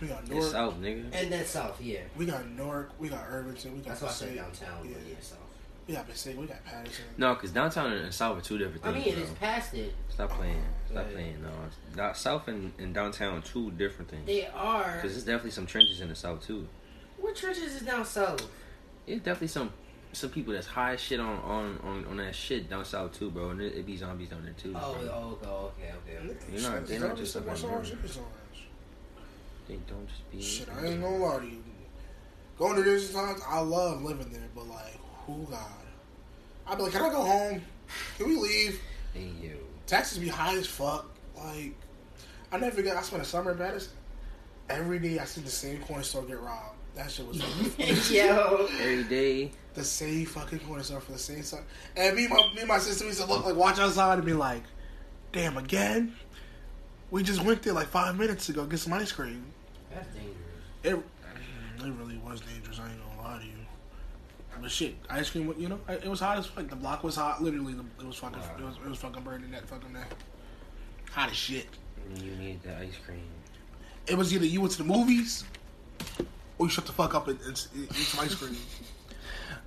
we got
It's
Newark,
south, nigga.
and then South. Yeah,
we got Newark, we got Irvington, we got
that's why I said
Passaic,
downtown.
Yeah.
But yeah, South.
we got Passaic, we got Patterson.
No, because downtown and south are two different
I
things.
mean, it
bro.
is past it.
Stop playing. Stop
Yeah.
playing. No, it's not- south and, and downtown two different things.
They are.
Because there's definitely some trenches in the south too.
What trenches is down South?
It's definitely some some people that's high as shit on on on, on that shit down south too, bro. And it, it be zombies down there too.
Oh,
bro.
oh, oh, okay, okay.
You're not- they're not just up on
Orange,
Newark.
shit is orange.
They don't just
Mm-hmm.
be.
Shit, I ain't gonna lie to you. Going to Disney times, I love living there, but like, who God? I'd be like, can I go home? Can we leave?
Hey yo.
Taxes be high as fuck. Like, I never forget. I spent a summer in Patterson. Every day, I see the same corner store get robbed. That shit was [laughs]
[laughs]
Mm-hmm.
Yo.
Every day.
the same fucking corner store for the same stuff. And me, and my, me and my sister used to look like watch outside and be like, "Damn, again." We just went there like five minutes ago. Get some ice cream.
That's dangerous.
It, mm, it really was dangerous. I ain't gonna lie to you. But shit, ice cream. wa- You know, it it was hot as fuck. The block was hot. Literally, the- it was fucking.
Wow.
It was it was fucking burning that fucking day. Hot as shit.
You need the ice cream.
It was either you went to the movies, or you shut the fuck up and, and, s- and eat some ice cream.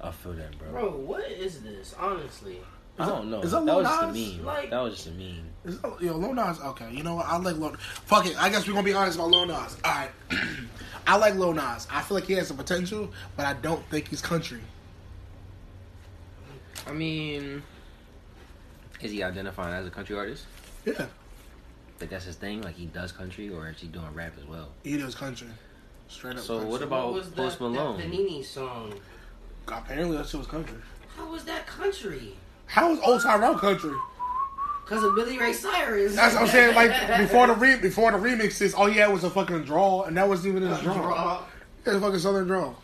I feel that, bro.
Bro, what is this? Honestly,
I don't know.
is
that,
that Lil
was just a
Nas?
meme.
Like-
that was just a meme.
Is, that- yo, Lil Nas. Okay, you know what? I like Lil. Fuck it. I guess we're gonna be honest about Lil Nas. All right. [clears throat] I like Lil Nas. I feel like he has some potential, but I don't think he's country.
I mean, is he identifying as a country artist?
Yeah,
Like that's his thing. Like he does country, or is he doing rap as well?
he does country. Straight up.
So
country.
what about
was the-
Post Malone?
That Panini song.
Apparently, that shit was country.
How was that country?
How is old Tyrell country?
Because of Billy Ray Cyrus.
That's what I'm saying. Like before the
[laughs]
re- before the remixes, all he had was a fucking draw, and that wasn't even his draw.
Draw.
He had a fucking southern draw.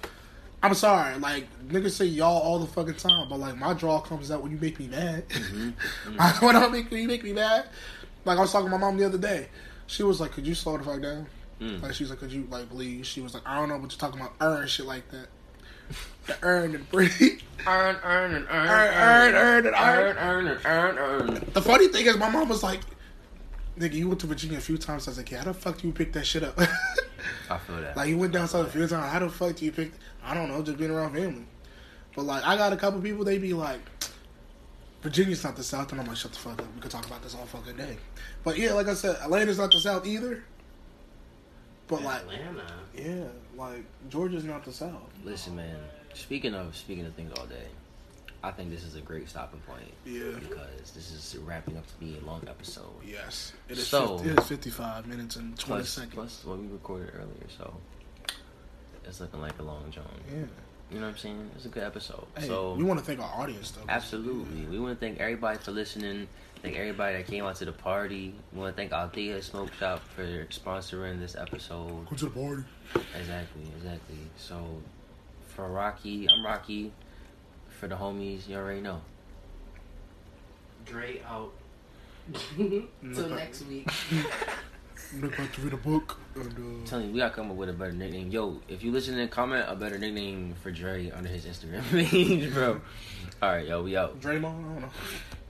I'm sorry, like niggas say y'all all the fucking time, but like my draw comes out when you make me mad. [laughs] when I make when you make me mad, like I was talking to my mom the other day. She was like, "Could you slow the fuck down?"
Mm.
Like she was like, "Could you like please?" She was like, "I don't know what you're talking about, earn shit like that." The earn and breathe,
Earn, earn, and earn,
earn, earn, earn, and earn.
earn, and earn, earn.
The funny thing is, my mom was like, "Nigga, you went to Virginia a few times as a kid. How the fuck do you pick that shit up? [laughs]
I feel that.
like, you went down south a few times. How the fuck do you pick? I don't know, just being around family. But like, I got a couple people. They be like, Virginia's not the south, and I'm like, shut the fuck up. We could talk about this all fucking day. But yeah, like I said, Atlanta's not the south either. But like,
Atlanta.
yeah, like Georgia's not the south.
Listen, man. Speaking of speaking of things all day, I think this is a great stopping point
Yeah.
because this is wrapping up to be a long episode.
Yes. It is.
So-
50, it is 55 minutes and 20
Plus,
seconds.
plus what we recorded earlier, so it's looking like a long john.
yeah.
You know what I'm saying? It's a good episode.
Hey,
so
we want to thank our audience though.
Absolutely. We want to thank everybody for listening. Thank everybody that came out to the party. We want to thank Althea Smoke Shop for sponsoring this episode.
Go to the party.
Exactly, exactly. So, for Rocky, I'm Rocky. For the homies, you already know.
Dre
[laughs]
out. [laughs] Till next week.
I'm about to read a book. And,
I'm
uh,
telling you, we gotta come up with a better nickname. Yo, if you listen and comment, a better [laughs] nickname for Dre under his Instagram page, bro. All right, yo, we out.
Draymond, I don't know.